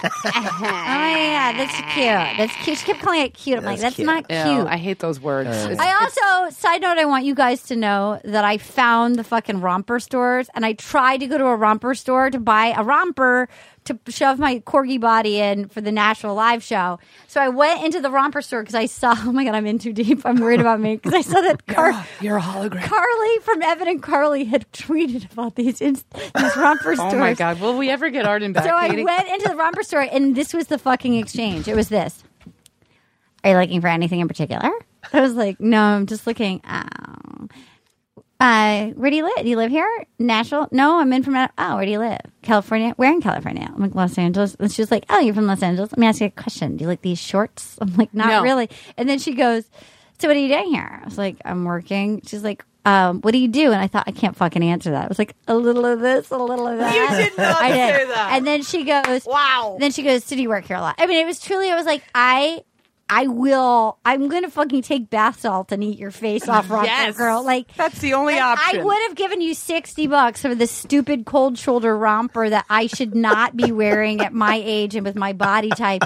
yeah, that's cute. That's cute. She kept calling it cute. I'm like, that's not cute.
Ew, I hate those words. It's-
I also, side note, I want you guys to know that I found the fucking romper stores and I tried to go to a romper store to buy a romper to shove my corgi body in for the Nashville live show. So I went into the romper store because I saw, oh my God, I'm in too deep. I'm worried about me because I saw that Car-
you're a hologram.
Carly from Evan and Carly had tweeted about these, in- these romper stores.
Oh my god! Will we ever get Arden back?
So I
Katie?
went into the romper store, and this was the fucking exchange. It was this. Are you looking for anything in particular? I was like, no, I'm just looking. Oh. Uh, where do you live? Do you live here? Nashville? No, I'm in from. Oh, where do you live? California? Where in California? I'm like Los Angeles. And she was like, oh, you're from Los Angeles. Let me ask you a question. Do you like these shorts? I'm like, not
No.
really. And then she goes, so what are you doing here? I was like, I'm working. She's like. Um, what do you do? And I thought I can't fucking answer that. I was like a little of this, a little of that. You did not I did.
say that.
And then she goes, "Wow." Then she goes, "So do you work here a lot?" I mean, it was truly. I was like, I, I will. I'm gonna fucking take bath salt and eat your face off, rock
Yes.
girl. Like
That's the only
like,
option.
I would have given you sixty bucks for the stupid cold shoulder romper that I should not be wearing at my age and with my body type.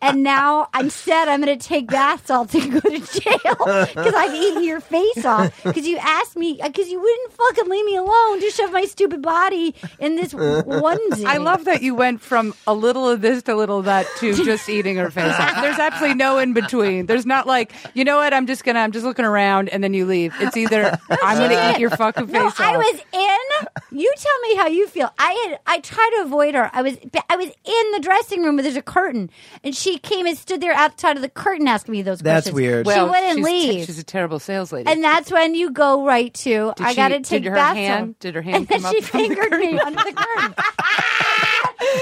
And now instead, I'm going to take bath salts and go to jail because I've eaten your face off because you asked me because you wouldn't fucking leave me alone to shove my stupid body in this onesie.
I love that you went from a little of this to a little of that to just eating her face off. There's absolutely no in between. There's not like, you know what, I'm just gonna I'm just looking around and then you leave. It's either I'm gonna eat your fucking face
No,
off.
I was in. You tell me how you feel. I had. I tried to avoid her. I was. I was in the dressing room where there's a curtain, and she came and stood there outside of the curtain asking me those
That's
questions.
weird.
she wouldn't
she's,
leave.
She's a terrible sales lady.
and that's when you go right to.
Did
I
she-
got to
did
take
her
bath
hand-
salts."
did her hand
And then
come up
she
from the
fingered me
curtain?
under the curtain.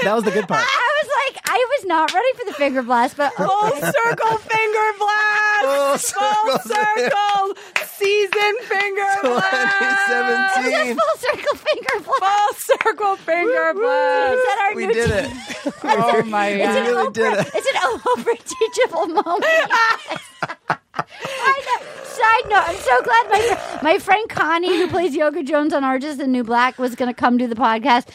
That was the good part.
I was like, I was not ready for the finger blast, but
Full
oh,
circle finger blast!
Full
Full circle season finger blast!
2017.
full circle finger blast.
Full circle finger blast!
Is that our
We
new
did
team?
it.
Oh my
It's an
god.
really did
Oprah.
it.
It's an Oprah teachable moment. I know. Side note: I'm so glad my fr- my friend Connie, who plays Yoga Jones on Orange Is the New Black, was going to come do the podcast.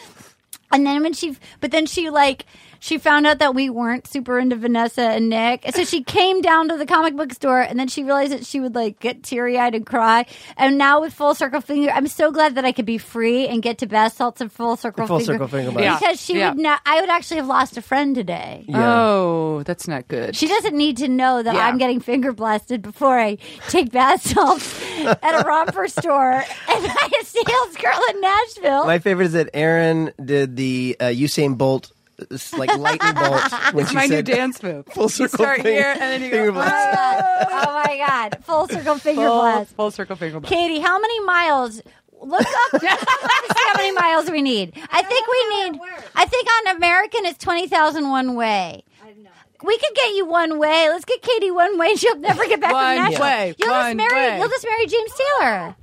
And then when she, but then she like she found out that we weren't super into Vanessa and Nick, so she came down to the comic book store, and then she realized that she would like get teary eyed and cry. And now with Full Circle Finger, I'm so glad that I could be free and get to bath salts and Full Circle
Full
Finger.
circle finger blast.
Yeah.
Because she would not, I would actually have lost a friend today.
Oh, that's not good.
She doesn't need to know that
Yeah.
I'm getting finger blasted before I take bath salts at a romper store and I a sales girl in Nashville.
My favorite is that Aaron did the uh, Usain Bolt, uh, like lightning bolt. When
It's
she
my new
said-
dance move.
Full circle
You start
finger-
here and then you
finger
go.
oh, my
blast.
God. oh my God. Full circle finger
Full,
blast.
full circle finger blast.
Katie, how many miles? Look up see how many miles we need. I think we need. I think on American it's twenty thousand one way. We could get you one way. Let's get Katie one way. She'll never get back
One
from Nashville.
way,
You'll
one
just marry.
way.
You'll just marry James Taylor.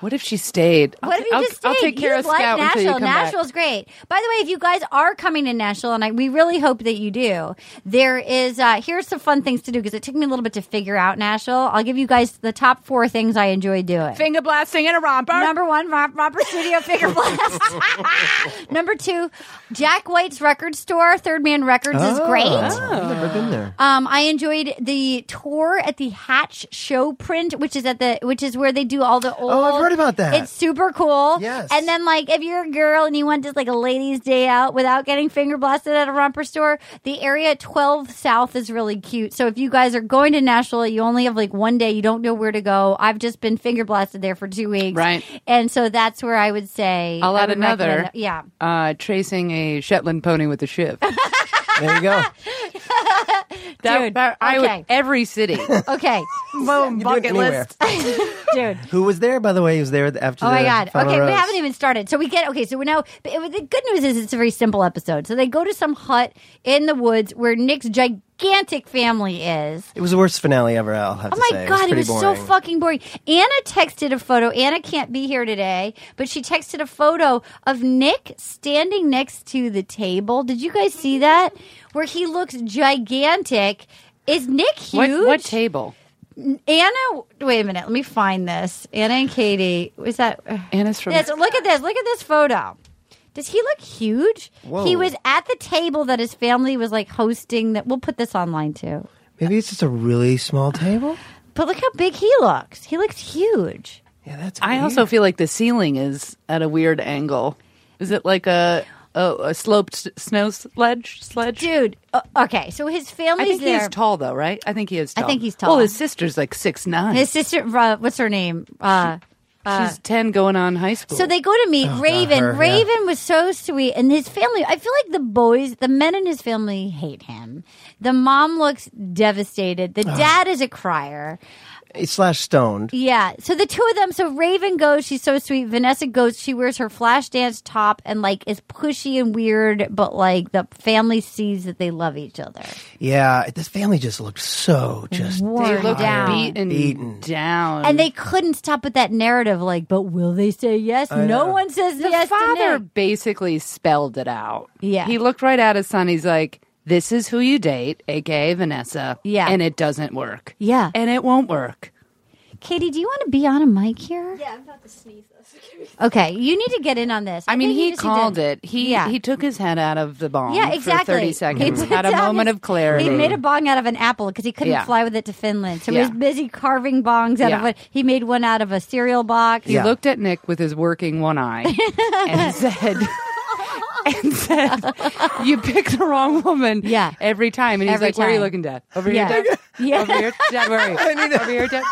What if she stayed?
What if you
I'll,
just stayed?
I'll take care
you
of
like
Scout
Nashville.
until you come
Nashville's great. By the way, if you guys are coming to Nashville, and I, we really hope that you do, there is uh, here's some fun things to do because it took me a little bit to figure out Nashville. I'll give you guys the top four things I enjoy doing.
back. Finger blasting in a romper.
Number one, Rob, Robert Studio Finger Blast. Number two, Jack White's record store, Third Man Records, is
Oh.
great.
Ah.
I've never been there.
Um, I enjoyed the tour at the Hatch Show Print, which is at the which is where they do all the old.
Oh, I've heard about that.
It's super cool.
Yes.
And then, like, if you're a girl and you want just like a ladies' day out without getting finger blasted at a romper store, the area at 12 South is really cute. So if you guys are going to Nashville, you only have like one day, you don't know where to go. I've just been finger blasted there for two weeks,
Right.
And so that's where I would say
I'll
I
add
would recommend
another.
that. Yeah.
Uh, tracing a Shetland pony with a shiv.
There you go.
That-
Dude,
that- I
okay.
would every city.
Okay,
Boom,
You do it
bucket
anywhere.
list.
dude.
Who was there, by the way? He was there after
Oh
the
my god!
final
Okay, we
rows.
haven't even started. So we get okay. So we now but it, the good news is it's a very simple episode. So they go to some hut in the woods where Nick's gigantic family is.
It was the worst finale ever. I'll have
Oh
to
my
say.
god, it
pretty
was, so
boring.
fucking boring. Anna texted a photo. Anna can't be here today, but she texted a photo of Nick standing next to the table. Did you guys see that? Where he looks gigantic. Is Nick huge?
What, what table?
Anna, wait a minute. Let me find this. Anna and Katie. Was that?
Anna's from.
Yes, look at this. Look at this photo. Does he look huge?
Whoa.
He was at the table that his family was like hosting. That we'll put this online too.
Maybe it's just a really small table.
But look how big he looks. He looks huge.
Yeah, that's.
I also feel like the ceiling is at a weird angle. Is it like a a, a sloped s- snow sledge? Sledge,
dude. Uh, okay, so his
I
family's
think
there.
he is tall though, right? I think he is.
I
tall.
think he's tall.
Well, his sister's like six nine.
His sister, uh, what's her name? Uh, uh,
She's ten, going on high school.
So they go to meet
Oh, God,
Raven.
her, yeah.
Raven was so sweet, and his family. I feel like the boys, the men in his family, hate him. The mom looks devastated. The dad is a crier.
It's slash stoned.
Yeah. So the two of them. So Raven goes. She's so sweet. Vanessa goes. She wears her flash dance top and like is pushy and weird, but like the family sees that they love each other.
Yeah, this family just looked so just
Worn
They look
down.
beaten,
Beaten.
down,
And they couldn't stop with that narrative, like, but will they say yes?
I
no
know.
one says
The
yes. to
father
Nick.
basically spelled it out.
Yeah.
He looked right at his son. He's like, This is who you date, aka Vanessa.
Yeah.
And it doesn't work.
Yeah.
And it won't work.
Katie, do you want to be on a mic here?
Yeah, I'm about to sneeze. This.
Okay, you need to get in on this.
I mean,
think you
he
just need to-
called it. He
Yeah.
he took his head out of the bomb
yeah, exactly.
for 30 seconds,
He
had a
took down
moment
his-
of clarity.
He made a bong out of an apple because he couldn't
Yeah.
fly with it to Finland, so he
Yeah.
was busy carving bongs out of
Yeah.
what he made one out of a cereal box.
He looked at Nick with his working one eye and said, and said, "You pick the wrong woman,
Yeah.
every time." And he's
Every
like, "Where are you
time.
looking, Dad? Over
Yeah.
here, Dad.
Yeah.
Over here, Dad. Where are you? Over here, Dad."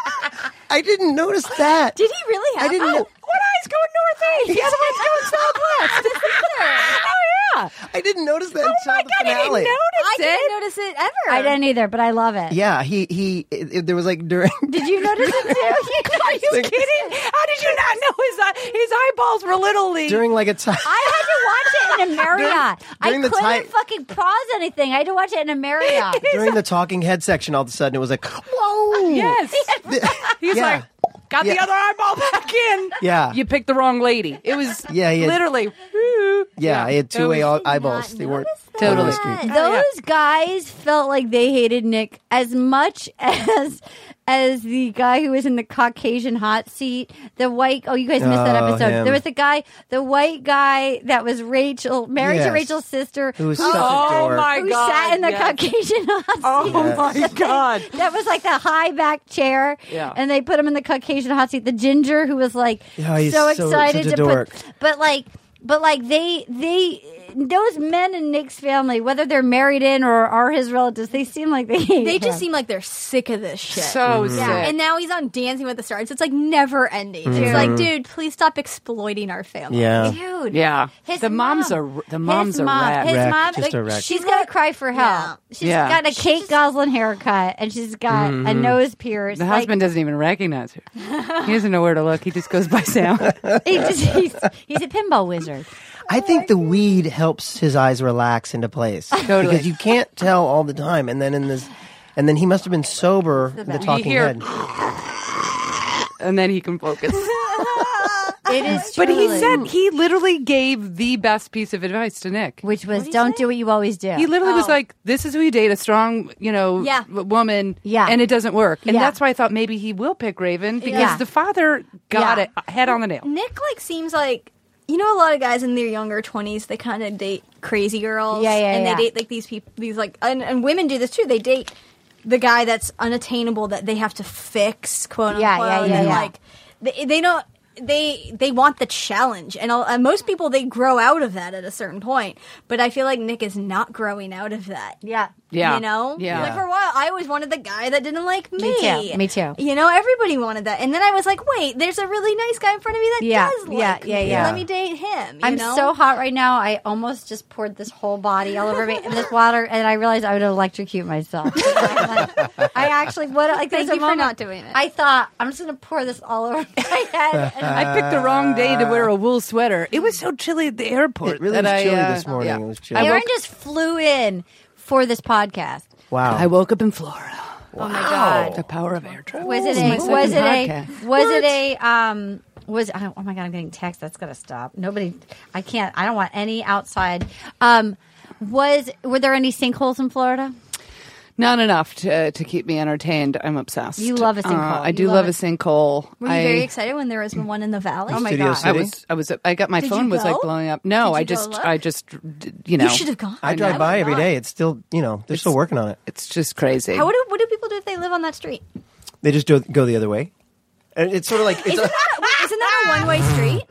I didn't notice that.
Did he really have?
I didn't.
Oh,
know-
One eye's going northeast.
eh?
The other one's going southwest. oh yeah.
I didn't notice
Oh
that until the finale.
I didn't notice it ever.
I didn't either, but I love it.
Yeah, he he. It, it- there was like during.
Did you notice it too?
Are you
Like-
kidding? How did you not know his eye- his eyeballs were literally?
during like a time.
I had to watch it in a Marriott.
during
I
the
couldn't
time-
fucking pause anything. I had to watch it in a Marriott.
during the talking head section, all of a sudden it was like, whoa.
yes. He's
Yeah.
like. Got the
Yeah.
other eyeball back in.
Yeah.
You picked the wrong lady. It was
Yeah, yeah.
literally.
Yeah, I had two
Oh,
way
It was-
eyeballs. They weren't
Totally.
totally straight.
those guys felt like they hated Nick as much as as the guy who was in the Caucasian hot seat. The white oh, you guys missed that
Oh,
episode.
him.
There was the guy, the white guy that was Rachel, married to
Yes.
Rachel's sister,
Who was
who,
such a
Oh
dork.
my
who
god!
sat in the
yes.
Caucasian hot seat.
Oh my god!
That was like the high back chair.
Yeah.
And they put him in the Caucasian hot seat. The ginger who was like
Yeah, he's
so
so-
excited
such a
to
dork.
put but like but like they they those men in Nick's family, whether they're married in or are his relatives, they seem like they hate
They just
him.
seem like they're sick of this shit.
So
Mm-hmm.
sick.
yeah, and now he's on Dancing with the Stars. It's like never ending. It's like, dude, please stop exploiting our family.
Yeah.
dude.
Yeah.
His
the mom's
mom.
a the mom's
his
a
mom,
rat.
His
Wreck,
mom,
just a wreck.
she's got to cry for help. She's
Yeah. Mm-hmm.
got a Kate Goslin haircut and she's got a nose pierce.
the
Like,
husband doesn't even recognize her. He doesn't know where to look. He just goes by sound.
he just, he's, he's a pinball wizard.
I think the weed helps his eyes relax into place.
Totally.
Because you can't tell all the time. And then in this, and then he must have been sober, the,
best.
talking
hear-
head.
and then he can focus.
It is
But he
truly-
said he literally gave the best piece of advice to Nick.
which was don't do what you always do.
He literally was
Oh.
like, "This is who you date a strong, you know,
Yeah.
w- woman,
Yeah.
and it doesn't work." And
Yeah.
that's why I thought maybe he will pick Raven because
Yeah.
the father got
Yeah.
it uh, head on the nail.
Nick like seems like you know a lot of guys in their younger twenties they kind of date crazy girls.
Yeah, yeah,
And
yeah.
they date like these people, these like and, and women do this too. They date the guy that's unattainable that they have to fix, quote unquote.
Yeah, yeah, yeah,
and,
yeah.
Like they, they don't. They they want the challenge, and uh, most people they grow out of that at a certain point. But I feel like Nick is not growing out of that.
yeah.
Yeah.
You know?
Yeah.
Like for a while, I always wanted the guy that didn't like me.
too. Me too.
You know, everybody wanted that. And then I was like, wait, there's a really nice guy in front of me that
Yeah.
does like
Yeah, yeah,
me.
yeah.
Let me date him. you
I'm
know?
so hot right now. I almost just poured this whole body all over me and this water, and I realized I would electrocute myself. I actually, what like, there's
Thank
a
you for
moment-
not doing it.
I thought I'm just gonna pour this all over my head.
Uh,
And
I picked the wrong day to wear a wool sweater. It was so chilly at the airport.
It really
that
was
I,
chilly
uh,
this morning.
yeah.
It was chilly.
Aaron just flew in for this podcast.
wow.
I woke up in Florida.
Oh my god!
The power of air travel.
Was it
It's my
a?
second
Was it a?
podcast.
Was it a? Um. Was oh oh my god! I'm getting text. That's gonna stop. Nobody. I can't. I don't want any outside. Um. Was were there any sinkholes in Florida?
not enough to to keep me entertained. I'm obsessed. Uh,
You love a sinkhole.
I
You
do
love
love
it.
a sinkhole.
Were you
I-
very excited when there was one in the valley?
Oh my
Studio
God.
City?
I was, I was, I got my
Did
phone
you
was like
go?
blowing up. No,
Did
I
you go
just,
look?
I just, you know,
You should have gone.
I drive by every day. It's still, you know, they're still working on it.
it's just crazy.
How, what, do, what do people do if they live on that street?
They just do, go the other way. And it's sort of like it's
Isn't
a,
that, wait, isn't that a one way street?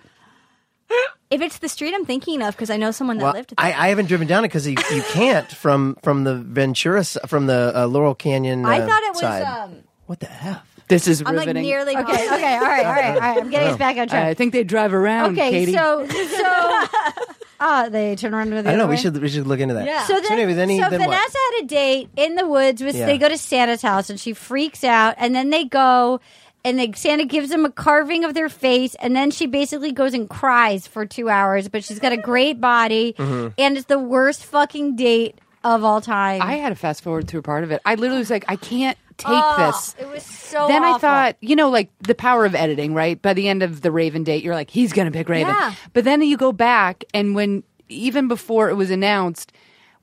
If it's the street I'm thinking of, because I know someone that
well,
lived there.
I, I haven't driven down it because you, you can't from from the Ventura s- from the uh, Laurel Canyon. Uh,
I thought it was.
side.
Um,
what the f?
this is
I'm
riveting.
like nearly
Okay,
positive.
okay, all right, all right, all right. I'm getting us back on track.
I think they drive around.
okay,
Katie.
so so uh, they turn around to the
I don't know.
other
We
way.
should we should look into that.
Yeah.
So, then,
anyway, then he-
so
then what?
Vanessa had a date in the woods with.
Yeah.
They go to Santa's house and she freaks out, and then they go. And they, Santa gives them a carving of their face, and then she basically goes and cries for two hours. But she's got a great body,
Mm-hmm.
and it's the worst fucking date of all time.
I had to fast forward through part of it. I literally was like, I can't take
Oh, Ah,
this.
It was so.
then I
awful.
thought, you know, like the power of editing, right? By the end of the Raven date, you're like, he's going to pick Raven.
Yeah.
But then you go back, and when even before it was announced,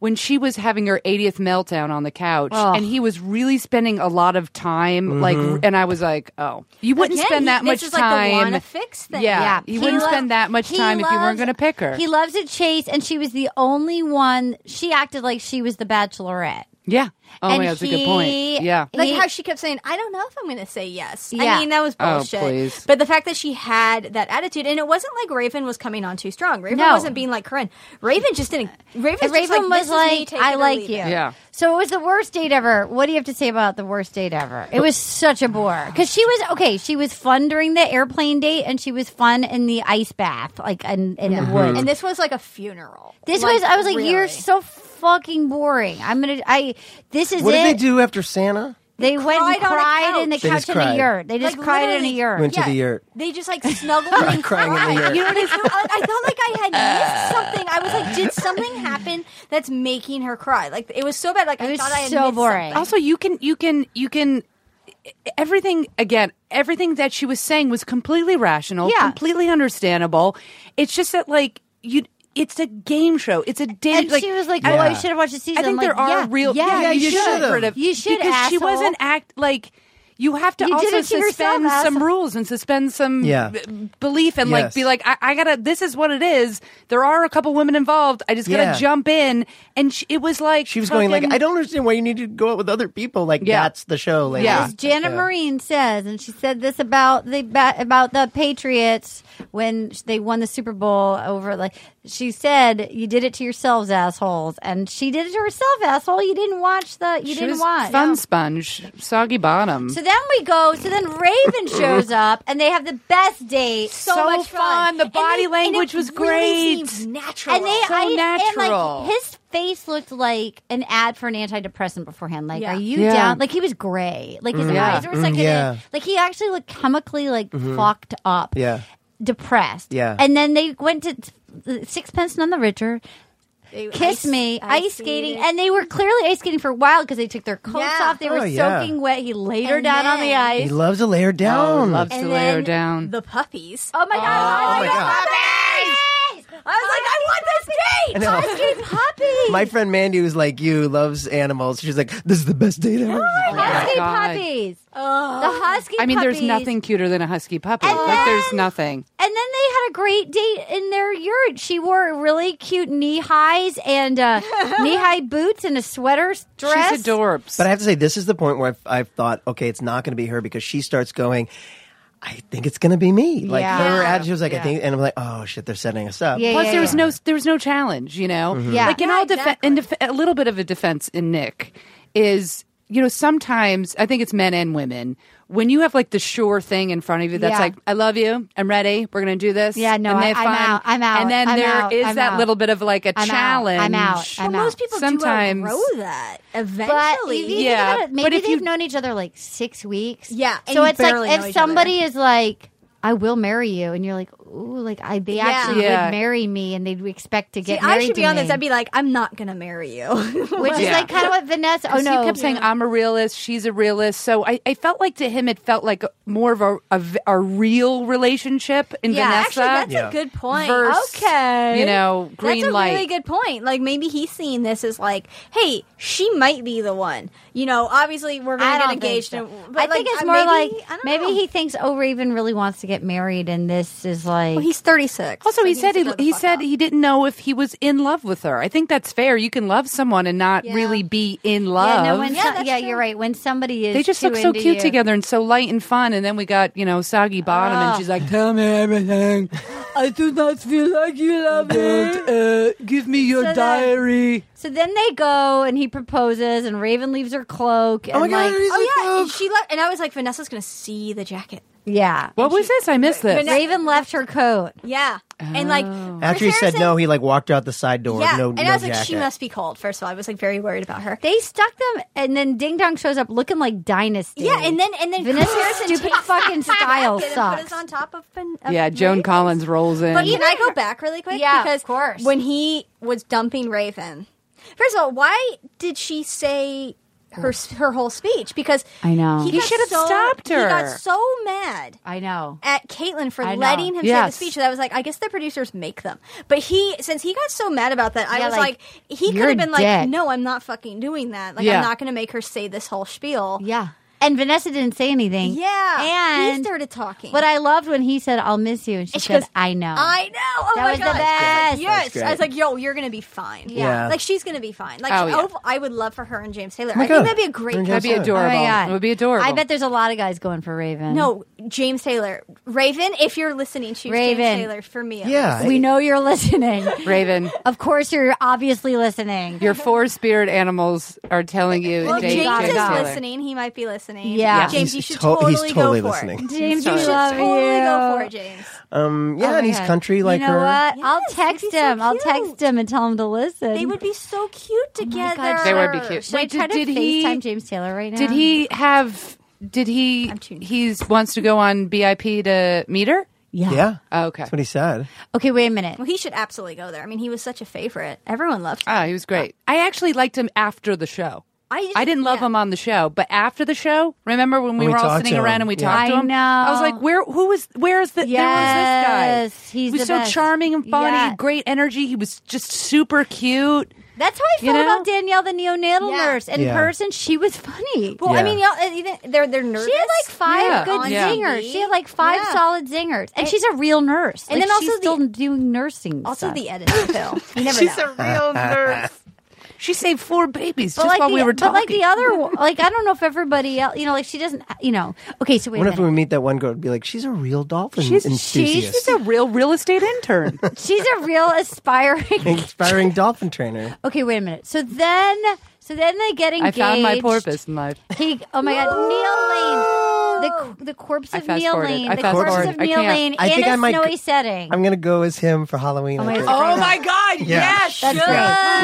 when she was having her 80th meltdown on the couch,
Ugh.
and he was really spending a lot of time, like, and I was like, oh, you wouldn't
Again,
spend that
he-
much
this is like the
time.
wanna fix thing.
Yeah,
Yeah,
you
He
wouldn't
lo-
spend that much
he
time if you
loves-
weren't going to pick her.
He loves to chase, and she was the only one. She acted like she was the Bachelorette.
yeah. Oh,
And
yeah, that's a good
he-
point. Yeah.
Like
He-
how she kept saying, I don't know if I'm going to say yes.
Yeah.
I mean, that was
Oh,
bullshit.
please.
But the fact that she had that attitude, and it wasn't like Raven was coming on too strong. Raven
No.
wasn't being like Corinne. Raven just didn't. Raven,
And Raven was like, "I like you."
Yeah.
So it was the worst date ever. What do you have to say about the worst date ever? It was such a bore because she was okay. She was fun during the airplane date, and she was fun in the ice bath, like in, in
Mm-hmm.
the woods.
And this was like a funeral.
This was. I was like, "You're
really.
so fucking boring." I'm gonna. I. This is
What
it.
did they do after Santa?
They went and
cried on a
cried in the
couch.
They
couch
just
in the
cried.
yurt. They just
Like,
cried in
literally-
the yurt.
Went to the yurt.
They just like snuggled and
Crying in the
cried.
yurt.
You know what I feel? I, I felt like I had missed something. I was like, did something happen that's making her cry? Like it was so bad. Like
It
I
was
thought I had
so
missed
boring.
something.
also you can you can you can everything again everything that she was saying was completely rational
Yeah.
completely understandable it's just that like you it's a game show it's a date
And she was like, "Oh, I should have watched the season."
I think
I'm
there
like,
are
yeah,
real.
Yeah,
you
you
should've.
should've.
You should,
because she
asshole.
wasn't act like. You have to
You did
also
it to yourself,
suspend some
asshole.
rules and suspend some
Yeah.
b- belief and like
Yes.
be like, I, I gotta. This is what it is. There are a couple women involved. I just gotta
Yeah.
jump in. And sh- it was like
She was going like,
fucking-
I don't understand why you need to go out with other people. Like
Yeah.
that's the show. Like,
Yeah.
As Jana Marine says, and she said this about the ba- about the Patriots when sh- they won the Super Bowl over. Like she said, "You did it to yourselves, assholes," and she did it to herself, asshole. You didn't watch the. You
She
didn't
was
watch.
fun sponge, soggy bottom.
So then we go. So then Raven shows up, and they have the best date. So,
So
much
fun.
fun.
The
And
body
and
language was
Really
great.
seems natural.
And they,
So
I,
natural.
And like his face looked like an ad for an antidepressant beforehand. Like,
Yeah.
are you
Yeah.
down? Like he was gray. Like his
Yeah.
eyes were like,
Mm, yeah. Mm-hmm.
like he actually looked chemically like fucked up.
Yeah.
Depressed.
Yeah.
And then they went to uh, Sixpence None the Richer.
They ice-
Kiss me, ice, skating,
skated.
and they were clearly ice skating for a while because they took their coats
Yeah.
off. They were
Oh, yeah.
soaking wet. He laid her
And
down
then-
on the
he
ice.
loves to layer down.
loves to
And
lay her
then
down.
the puppies.
oh my god! I
my
love
God.
puppies!
I was like, I want this date.
I know.
Ice skating puppies.
My friend Mandy was like you, loves animals. She's like, this is the best date ever.
husky
Oh God.
puppies. The husky.
I mean, there's
puppies.
nothing cuter than a husky puppy.
And
like, there's
then-
nothing.
And then they had a great date in their yurt. She wore really cute knee highs and uh, knee high boots and a sweater dress.
She's adorbs.
But I have to say, this is the point where I've, I've thought, okay, it's not going to be her because she starts going, I think it's going to be me. Like
Yeah.
her attitude was like, I think, and I'm like, oh shit, they're setting us up.
Yeah,
Plus,
yeah,
there was
yeah.
no there was no challenge, you know.
Yeah.
like in
Yeah,
all defe- in def- a little bit of a defense in Nick is you know sometimes I think it's men and women when you have like the sure thing in front of you that's
Yeah.
like I love you, I'm ready, we're gonna do this.
Yeah, no,
and
I-
they have
I'm
fun.
out, I'm out,
and then
I'm
there
out,
is
I'm
that
out.
little bit of like a
I'm out,
challenge.
I'm out, I'm
well,
out.
most people
Sometimes-
do outgrow that
But
eventually.
you think
Yeah,
about it, maybe
but if
they've
you-
known each other like six weeks.
Yeah, and
So
you
it's like
barely know
if
each
somebody is like, "I will marry you," and you're like, ooh, like I they
Yeah.
actually
Yeah.
would marry me, and they'd expect to
See,
get married
I should be
to
on
me.
this. I'd be like, I'm not gonna marry you.
Which is like kind of what Vanessa. Oh
'Cause
no,
you kept saying I'm a realist, she's a realist. So I, I felt like to him, it felt like a- more of a a, v- a real relationship in
yeah,
Vanessa.
actually, that's a good point.
versus,
okay,
you know, green
that's a
light.
really good point. Like maybe he's seeing this as like, hey, she might be the one. You know, obviously we're gonna
I don't
get engaged.
Think so.
and-
I
but,
think it's
uh,
more
maybe-
like
I don't
maybe
know.
he thinks over even really wants to get married, and this is like
Well, he's 36.
Also, he
so
said
needs
he,
to grow the
he
fuck
said
up.
he didn't know if he was in love with her. I think that's fair. You can love someone and not
Yeah.
really be in
yeah,
love.
no, when
Yeah,
some-
that's
yeah,
true.
you're right. When somebody is
they just
too
look so
into
cute
you.
together and so light and fun. And then we got you know soggy bottom, and she's like, "Tell me everything. I do not feel like you love me. Uh, give me your
So then-
diary."
So then they go, and he proposes, and Raven leaves her cloak. And
my God,
like,
it is-
Oh yeah,
Look.
and she left, and I was like, Vanessa's gonna see the jacket.
yeah,
What was this? I missed this.
Vanessa-
Raven left her coat.
Yeah, and like
After he
Chris
said
Harrison-
no, he like walked out the side door.
Yeah,
no,
and
no
I was like,
jacket.
she must be cold. First of all, I was like very worried about her.
They stuck them, and then Ding Dong shows up looking like Dynasty.
Yeah, and then and then
Vanessa's
Chris Harrison
stupid
takes
fucking
the jacket
style
and
sucks.
Put us on top of, Van- of
yeah, Joan
Raven's.
Collins rolls in.
But can I go back really quick?
Yeah, of
because
course.
When he was dumping Raven, first of all, why did she say her her whole speech? Because
I know.
he,
He
got
should have
so-
stopped her.
He got so mad
I know.
at Caitlyn for
I know.
letting him
Yes.
say the speech that I was like, I guess the producers make them. But he, since he got so mad about that, I
Yeah,
was
like,
like, he could
you're
have been
dead.
like, no, I'm not fucking doing that. Like,
Yeah.
I'm not going to make her say this whole spiel.
Yeah, and Vanessa didn't say anything.
Yeah.
and
he started talking.
What I loved when he said, "I'll miss you," and she,
And she
said,
goes,
"I know."
I know. Oh
That
my
was the
god. I was
best.
like, yes.
That's
I was
great.
like, yo, you're gonna be fine.
Yeah. Yeah.
Like she's gonna be fine. Like
Oh, yeah.
oh, I would love for her and James Taylor.
Oh my
I
God.
think that'd be a great
That'd be
couple.
That'd be
Outside.
Oh
adorable.
my God.
It would be adorable.
I bet there's a lot of guys going for Raven.
No, James Taylor. Raven, if you're listening, choose
Raven.
James Taylor for me.
Yeah,
we know you're listening.
Raven.
of course, you're obviously listening.
Your four spirit animals are telling you.
Well,
date
James is
Taylor.
listening. He might be listening.
Yeah.
James,
He's
you should
to- he's
totally,
totally
go for
listening.
it.
James,
You
we
should
love
totally
you.
go for it, James.
Um,
Oh
yeah,
my
and he's
God.
country like
you know
her.
What? I'll
Yes,
text
he'd
him.
be so
I'll
cute.
text him and tell him to listen.
They would be so cute
Oh my
together.
God,
They would be cute.
Should I
Wait,
try
did-
to
did he-
FaceTime James Taylor right now?
Did he have? Did he?
I'm tuned.
He's wants to go on BIP to meet her.
Yeah.
Yeah.
Oh, okay.
That's what he said.
Okay, wait a minute.
Well, he should absolutely go there. I mean, he was such a favorite. Everyone loved him.
Ah, he was great. I actually liked him after the show.
I-
I didn't love
yeah.
him on the show, but after the show, remember when we,
When we
were all
talked
sitting
to
around and
him,
we
yeah.
talked to
I
him? I was
know.
like, where? Who is? Where is the? There was
Yes,
this guy.
he's
he
the
was so
best.
charming and funny,
Yeah.
great energy. He was just super cute.
That's how I felt
You know?
about Danielle, the neonatal
Yeah.
nurse. In
Yeah.
person, she was funny.
Well,
Yeah.
I mean, y'all, uh, even- they're they're nervous.
She had like five
Yeah.
good
Yeah.
zingers. She had like five
Yeah.
solid zingers, and she's a real nurse.
and
Like,
then also
she's
the-
still doing nursing.
Also,
stuff.
the editing pill. You never
She's
know.
a real nurse. She saved four babies
But
just
like
while
the,
we were
but
talking.
like the other, one- like I don't know if everybody else, you know, like she doesn't, you know. Okay, so
I
wait a
wonder if
minute.
when we meet that one girl, it'd be like, she's a real dolphin
she's,
enthusiast.
she's a real real estate intern.
She's a real aspiring.
Inspiring dolphin trainer.
okay, wait a minute. So then, so then they get
I
engaged.
found my porpoise in life.
He, oh my God, Neil Lane. The, the corpse
I
of Neil
fast-forwarded.
Lane.
I
The corpse
fast-forwarded.
of
I
Neil
can't.
Lane
I
in
think
a
I might-
snowy setting.
I'm gonna go as him for Halloween.
Oh
I
my
think.
God.
Oh my god! Yes,
That's
Yeah.
good.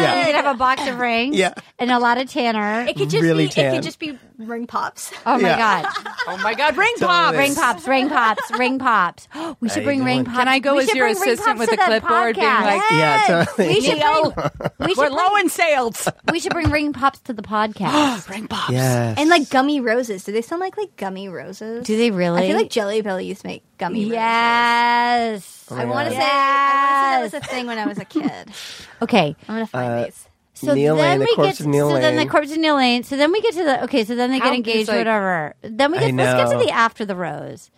Yeah.
You could have a box of rings
Yeah.
and a lot of tanner.
It could just
Really
be. It
tan.
could just be ring pops.
Oh my
Yeah.
god.
Oh my God! Ring pop.
Ring pops, ring pops, ring pops. we should
you
bring ring
doing?
pops.
Can I go
We
as
should
your
bring ring
assistant
pops
with
to
a
the
clipboard, being
podcast.
like,
Yeah, totally.
we should
Neil,
bring, we
we're
should
low
bring,
in sales.
we should bring ring pops to the podcast.
Ring pops.
Yes.
And like gummy roses. Do they sound like like gummy roses?
Do they really?
I feel like Jelly Belly used to make gummy
yes.
roses. I want to
God.
say. I want
Yes.
to say that was a thing when I was a kid.
Okay.
I'm gonna find
Uh,
these.
So
Neil
then
Lane, the
we
corpse
get
of Neil
so then the
Lane.
corpse of Neil Lane. So then we get to the okay. So then they
How-
get engaged,
he's like-
whatever. Then we
I
get let's get
know.
to the after the rose.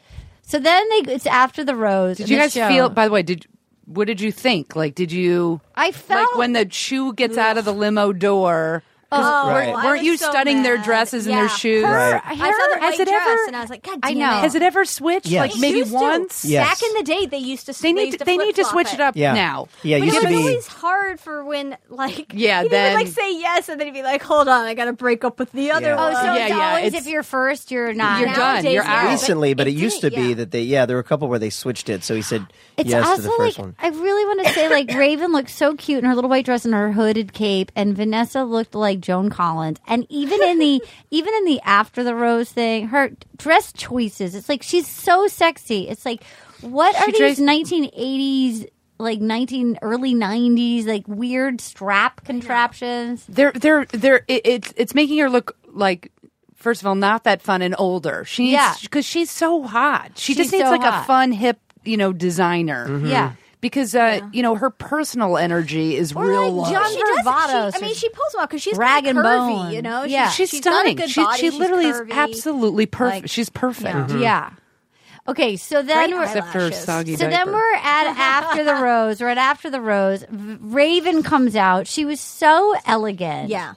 So then they it's after the rose.
Did
and
you
the
guys
show.
feel? By the way, did what did you think? Like, did you?
I felt
like when the shoe gets out of the limo door. 'cause
Oh,
Right.
I
Weren't
was
you
so
studying their
mad.
dresses and their
Yeah.
shoes?
Her-
I
I saw the
heard-
white
has it
dress
ever-
and I was like, God
I
damn
know.
It.
Has it ever switched?
Yes.
Like maybe
used to.
once.
Yeah. Yes.
Back in the day, they used to.
They need
used
to, they need to
flip-flop
switch it up
Yeah.
now.
Yeah, it
But
used to
it was
be.
always hard for when like
Yeah,
he'd
then-
even, like say yes and then he'd be like, hold on, I gotta break up with the other
Yeah.
one.
Oh, so
Yeah,
it's
yeah,
always
it's-
if you're first, you're not.
You're done.
Nowadays,
You're
yeah.
out.
Recently, but
It
it used to
didn't-
be
yeah.
that they yeah there were a couple where they switched it. So he said
It's
yes to
also
the first
like
one.
I really want to say like Raven looked so cute in her little white dress and her hooded cape, and Vanessa looked like Joan Collins. And even in the even in the after the rose thing, her dress choices, it's like she's so sexy. It's like What
She
are these
traced-
1980s, like 19 early 90s, like weird strap contraptions?
They're they're they're it, it's it's making her look like first of all not that fun and older. She
Yeah.
needs because she's so hot. She
She's
just needs
so
like
hot.
a fun hip you know designer.
Mhm. Yeah.
Because uh, you know her personal energy is
Or
real
like
low.
John Varvatos.
Varvatos
I mean,
or
she pulls well because she's
rag
rag
and
curvy,
bone.
You know,
Yeah.
she's,
she's got a
stunning.
good
She,
body,
she
she's
literally
curvy.
is absolutely perfect.
Like,
she's perfect.
Mm-hmm.
Yeah. Okay, so then
Great
we're
Except for her soggy
so then
diaper.
we're at after the rose, right after the rose. V- Raven comes out. She was so elegant.
Yeah.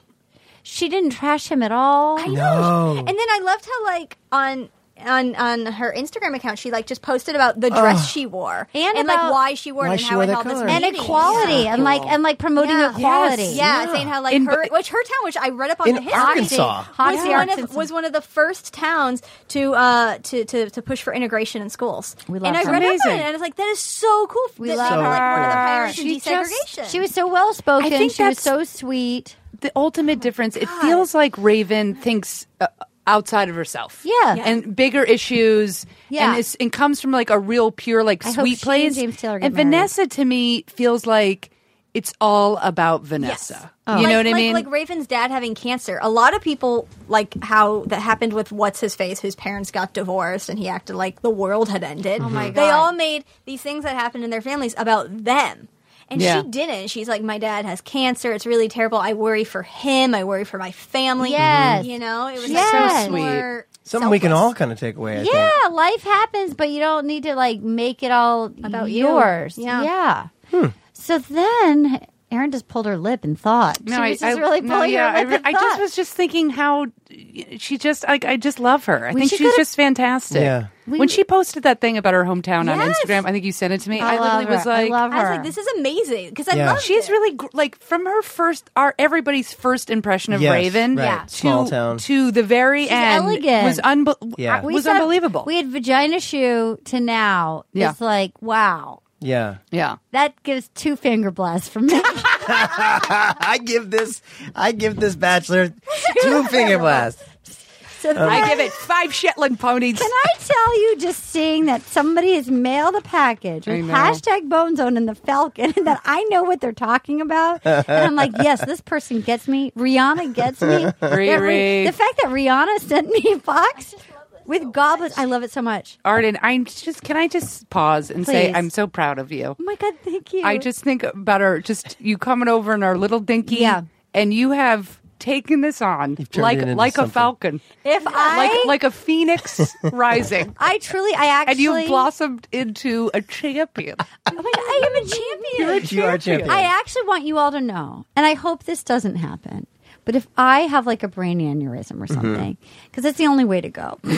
she didn't trash him at all.
I know. And then I loved how like on on on her Instagram account she like just posted about the dress she wore
And
like
about-
why she wore it
Why
and
she
how
wore
it
that
held its
color.
and
meaning.
equality, and like and like promoting
Yeah.
equality.
Yes. Yeah, saying how like
In-
her, which her town, which I read up on
In
the history,
Arkansas.
was,
Hoxie,
one of,
Arkansas.
was one of the first towns to uh to to, to push for integration in schools.
We love
and I
her.
read up on it,
Amazing.
and I was like, that is so cool.
We
That-
love
that was, like, one of the
her.
pioneers in
She just-
desegregation.
She was so well spoken.
I think
She was
that's-
so sweet.
the
Oh
ultimate difference. It feels like Raven thinks uh, outside of herself.
Yeah. Yeah.
and bigger issues.
Yeah.
and, it's, and comes from like a real pure like
I hope
sweet
she
place.
and James Taylor get
and
married.
Vanessa to me feels like it's all about Vanessa. You
Oh.
know
Like-
what I
like-
mean?
Like Raven's dad having cancer. A lot of people like how that happened with what's his face, whose parents got divorced, and he acted like the world had ended. Oh
my
They
God.
all made these things that happened in their families about them. And
Yeah.
she didn't. She's like, my dad has cancer. It's really terrible. I worry for him. I worry for my family.
Yes.
you know, it was
She's so
like,
Mm-hmm. sweet.
more
Something we can
selfless.
all kind of take away. I think.
Yeah, life happens, but you don't need to like make it all about
About you.
yours.
Yeah.
Yeah. So then Erin just pulled her lip and thought. she was just really
no,
pulling
yeah,
her
I,
lip
re-
and
I just
thought.
was just thinking how she just like I just love her. I
We-
think
she
she's
could've-
just fantastic.
Yeah.
We-
when she posted that thing about her hometown on
Yes.
Instagram, I think you sent it to me.
I
I,
love
literally was
her. I
like,
love
I was
her.
like, this is amazing because I
Yeah.
love.
She's
it.
really gr- like from her first, our everybody's first impression of
Yes,
Raven,
right. Yeah.
to,
Small town.
to the very end,
elegant.
was unbe-
Yeah.
uh,
We
was
said-
unbelievable.
We had vagina shoe to now.
Yeah.
It's like, wow.
Yeah.
yeah,
That gives two finger blasts from me.
I give this. I give this bachelor two finger blasts.
so then
I give it five Shetland ponies.
Can I tell you just seeing that somebody has mailed a package
I
with
know.
hashtag Bonezone and the Falcon and that I know what they're talking about? And I'm like, yes, this person gets me. Rihanna gets me. That Ri-
Riri.
the fact that Rihanna sent me a box with goblets, I love it so much.
Arden, I'm just. Can I just pause and say
Please.
I'm so proud of you.
Oh my God, thank you.
I just think about our just you coming over in our little dinky,
Yeah.
and you have taken this on
turned
like
it into
like
something.
a falcon,
if I
like like a phoenix rising,
I truly, I actually,
and you've blossomed into a champion.
Oh my God, I am a champion.
You are champion.
I actually want you all to know, and I hope this doesn't happen. But if I have like a brain aneurysm or
Mm-hmm.
something, because that's the only way to go.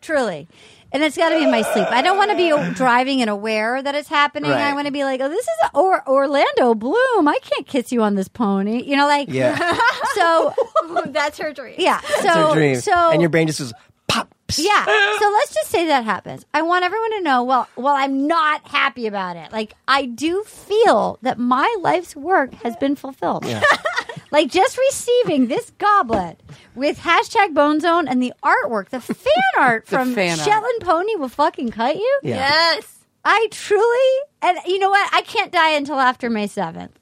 Truly. And it's got to be in my sleep. I don't want to be a- driving and aware that it's happening. I
Right.
want to be like, oh, this is a- or Orlando Bloom. I can't kiss you on this pony. You know, like,
Yeah.
so,
that's her dream.
yeah. So,
It's her dream.
so,
and your brain just goes pop. psst.
yeah. So let's just say that happens. I want everyone to know. Well, well, I'm not happy about it. Like I do feel that my life's work has been fulfilled. like just receiving this goblet with hashtag Bonezone and the artwork, the fan art from
fan art.
Shetland Pony will fucking cut you.
Yeah.
Yes.
I truly, and you know what? I can't die until after May seventh.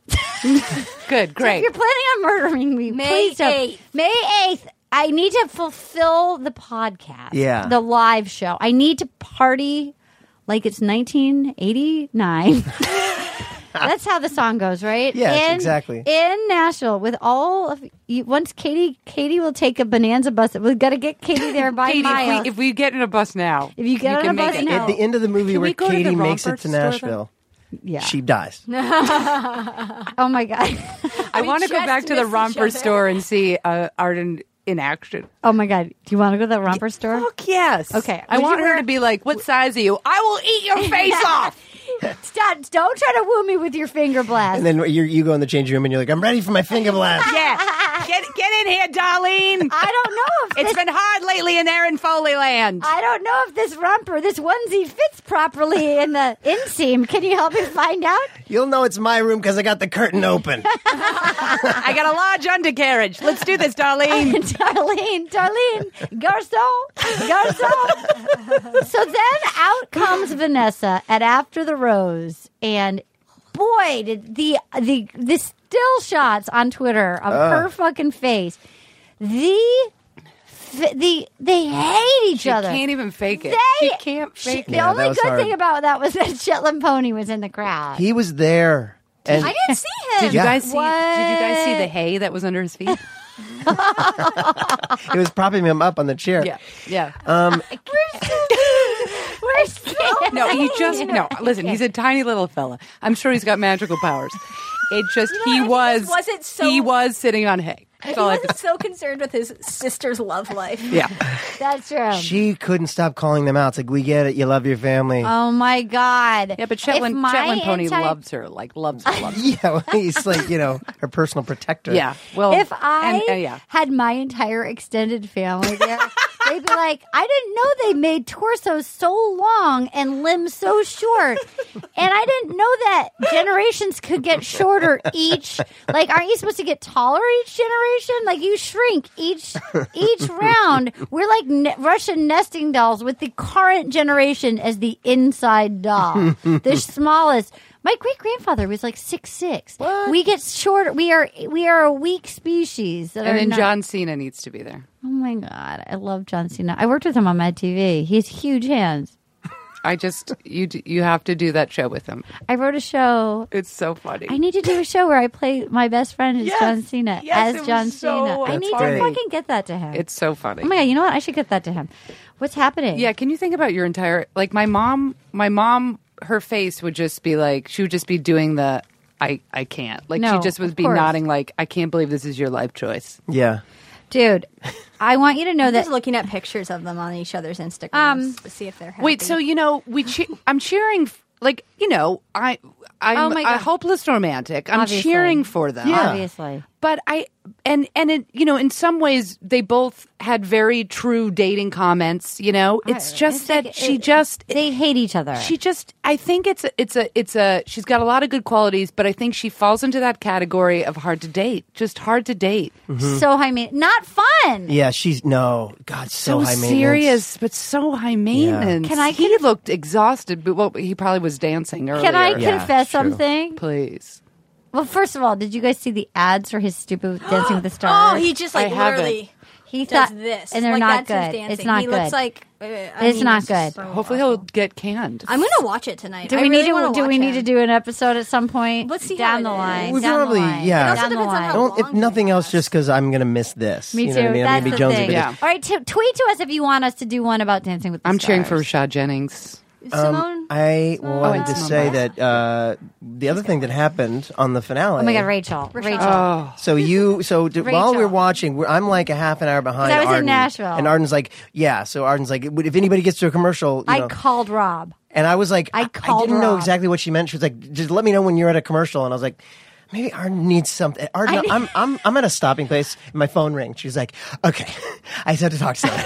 Good,
If
great.
you're planning on murdering me,
May
please don't.
8th.
May 8th. I need to fulfill the podcast.
Yeah.
The live show. I need to party like it's 1989. That's how the song goes, right?
Yes, exactly.
In Nashville, with all of you, once Katie, Katie will take a bonanza bus. We've got to get Katie there by
Katie,
Maya.
if we, if we get in a bus now,
If you get on a
can make
bus
it.
now-
At the end of the movie
Can we
where
go to the
Katie makes it
Romper's
to
store, though?
Nashville,
yeah.
she dies.
oh my god.
I want to go
just
back to the
miss each
romper
other.
store and see uh, Arden in action.
oh my god. Do you want to go to that romper store?
Fuck yes.
Okay.
I
Would
want
you
her
wear-
to be like, "What size are you? I will eat your face off."
Stop! Don't try to woo me with your finger blast.
And then you you go in the change room and you're like, I'm ready for my finger blast.
Yeah. Get get in here, Darlene?
I don't know if
It's
this-
been hard lately in Aaron Foley land.
I don't know if this romper, this onesie fits properly in the inseam. Can you help me find out?
You'll know it's my room because I got the curtain open.
I got a large undercarriage. Let's do this, Darlene.
Darlene, Darlene, garçon, garçon. so then out comes Vanessa at After the Rose, and boy, did the the the still shots on Twitter of her fucking face. The f- the they hate each
She
other.
can't even fake it.
They-
she can't
She-
fake
the
Yeah,
only
that
good
was hard.
thing about that was that Shetland Pony was in the crowd.
he was there. And
I didn't see him.
Did you
Yeah.
guys see? Did you guys see the
What?
hay that was under his feet?
he was propping him up on the chair.
yeah, yeah.
Um,
We're scared.
no, he just no. Listen, he's a tiny little fella. I'm sure he's got magical powers. It just
know, I
he
think
was
this wasn't so-
he was sitting on hay. That's all I have
he
to
was so concerned with his sister's love life.
say. Yeah,
That's true.
she couldn't stop calling them out. It's like, we get it. You love your family.
Um.
Oh my god!
yeah. But
If
Shetland
my
Shetland Pony
anti-
loves her, like loves her, loves her.
yeah, he's like, you know, her personal protector.
Yeah. Well,
If I
and, uh, yeah.
had my entire extended family there, they'd be like, "I didn't know they made torsos so long and limbs so short, and I didn't know that generations could get shorter each. Like, aren't you supposed to get taller each generation? Like, you shrink each each round. We're like ne- Russian nesting dolls with the current generation as the inside doll, the smallest." My great grandfather was like six six. We get shorter. We are we are a weak species. That
And
are
then
not-
John Cena needs to be there.
Oh my god, I love John Cena. I worked with him on Mad TV. He has huge hands.
I just you d- you have to do that show with him.
I wrote a show.
It's so funny.
I need to do a show where I play my best friend is
Yes.
John Cena
Yes, it
as
was
John
so
Cena. I
That's
need
great.
to fucking get that to him.
It's so funny.
oh my god, you know what? I should get that to him. What's happening?
Yeah, can you think about your entire like my mom my mom her face would just be like she would just be doing the I I can't. Like
No,
she just
of
would be
course.
nodding like I can't believe this is your life choice.
Yeah.
dude. I want you to know
I'm
that
just looking at pictures of them on each other's Instagrams
Um,
to see if they're happy.
Wait, so you know, we che- I'm cheering f- like, you know, I I'm
Oh my
a
God.
hopeless romantic. I'm
Obviously.
cheering for them.
obviously.
But I and and it, you know, in some ways they both had very true dating comments, you know. It's just that
like
she
it-
just
They hate each other.
She just, I think it's a, it's a, it's a. She's got a lot of good qualities, but I think she falls into that category of hard to date. Just hard to date.
Mm-hmm.
so high ma- not fun.
Yeah, she's, no. God, so, high maintenance.
serious, but so high maintenance.
Can I
He looked exhausted, but well, he probably was dancing earlier.
Can I
Yeah,
confess
true.
something?
Please.
Well, first of all, did you guys see the ads for his stupid Dancing with the Stars?
oh, he just
I
like
haven't.
literally
he
does
thought
this,
and they're
like,
not
that's his
good.
dancing.
It's not
he
good.
looks like uh, I
It's
mean,
not
it's
good.
so
Hopefully, he'll
awful.
get canned.
I'm gonna watch it tonight.
do
I
we
really
need to?
wanna
do we
watch
need
it.
to do an episode at some point?
Let's see
down
how
the
it
line.
is.
We
down
probably-
the line.
yeah. It
also
down the
depends on
line.
how
Don't, if
long do
nothing
you
else,
last?
just because I'm going to miss this.
Me
you know
too.
What I mean? I'm
That's
gonna
the
be Jonesy
thing.
for this.
Yeah.
All right, t- tweet to us if you want us to do one about Dancing with the
I'm
Stars.
cheering for Rashad Jennings.
Simone.
um, I
Oh,
wanted
and
to
Simone.
say that uh, the other thing that happened on the finale.
Oh my God, Rachel, Rachel.
Oh,
So you, so d- while
Rachel.
we're watching, we're, I'm like a half an hour behind.
'Cause I was in
Arden.
Nashville.
and Arden's like, "Yeah." So Arden's like, "If anybody gets to a commercial, you
I
know."
called Rob.
and I was like,
I called
didn't know
Rob.
exactly what she meant. She was like, "Just let me know when you're at a commercial." And I was like, "Maybe Arden needs something." Arden,
I need-
I'm, I'm, I'm at a stopping place. And my phone rang. She's like, "Okay, I just have to talk to someone."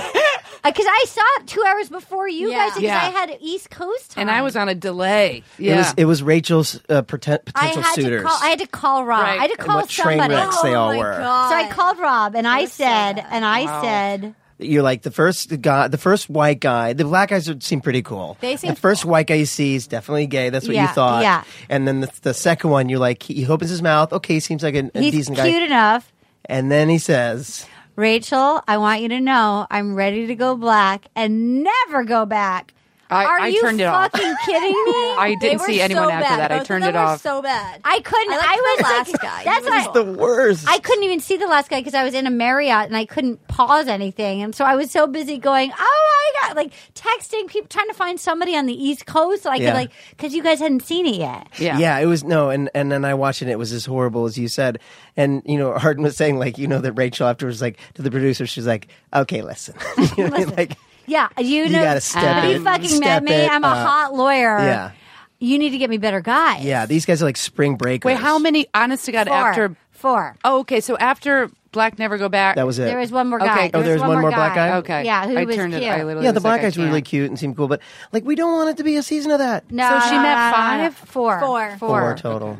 Because I saw it two hours before you
Yeah.
guys, because
Yeah.
I had East Coast time.
and I was on a delay. Yeah.
It was, it was Rachel's uh, pretend,
I
potential
had
suitors.
to call. I had to call Rob.
Right.
I had to
And
call
what train
somebody. Oh
wrecks they all
my
were.
God.
So I called Rob and I
was so
said,
bad.
and I said,
you're like the first guy, the first white guy. The black guys would seem pretty cool.
They seem
the first white guy you see is definitely gay. That's what
Yeah,
you thought.
yeah.
And then the, the second one, you're like, he opens his mouth. Okay, seems like a, a
he's
decent
cute
guy.
enough.
And then he says,
Rachel, I want you to know I'm ready to go black and never go back.
I-
Are
I
you
turned it off.
fucking kidding me?
I didn't
They were
see anyone
so
after
bad.
that.
Both
I
of
turned
them
it
were
off.
So bad.
I couldn't.
I
I,
liked the
was
last
like,
guy.
that's
He
what
was
I-
"The worst."
I couldn't even see the last guy because I was in a Marriott and I couldn't pause anything, and so I was so busy going, "Oh my god!" Like texting people, trying to find somebody on the East Coast so I
Yeah.
could like because you guys hadn't seen it yet.
yeah.
it was no, and and then I watched it. and It was as horrible as you said, and you know, Harden was saying like, you know, that Rachel afterwards, like to the producer, she's like, okay, listen, you know, what I mean? like,
Yeah, you
You
know,
gotta step
have
it,
you fucking
step
met me?
it
I'm a
up.
hot lawyer.
Yeah.
you need to get me better guys.
yeah, these guys are like spring breakers.
Wait, how many? Honest to God,
Four.
after.
four.
Oh, okay. So after Black Never Go Back?
That was it.
There was one more guy.
Okay.
Oh, there's one more black guy?
Okay.
Yeah, who
I
was
turned
cute.
It, I literally
yeah, the
was
black
like, I
guy's really
can't.
cute and seemed cool, but like we don't want it to be a season of that.
no,
So she
no,
met
no, no, no.
five?
Four.
Four.
Four.
Four total.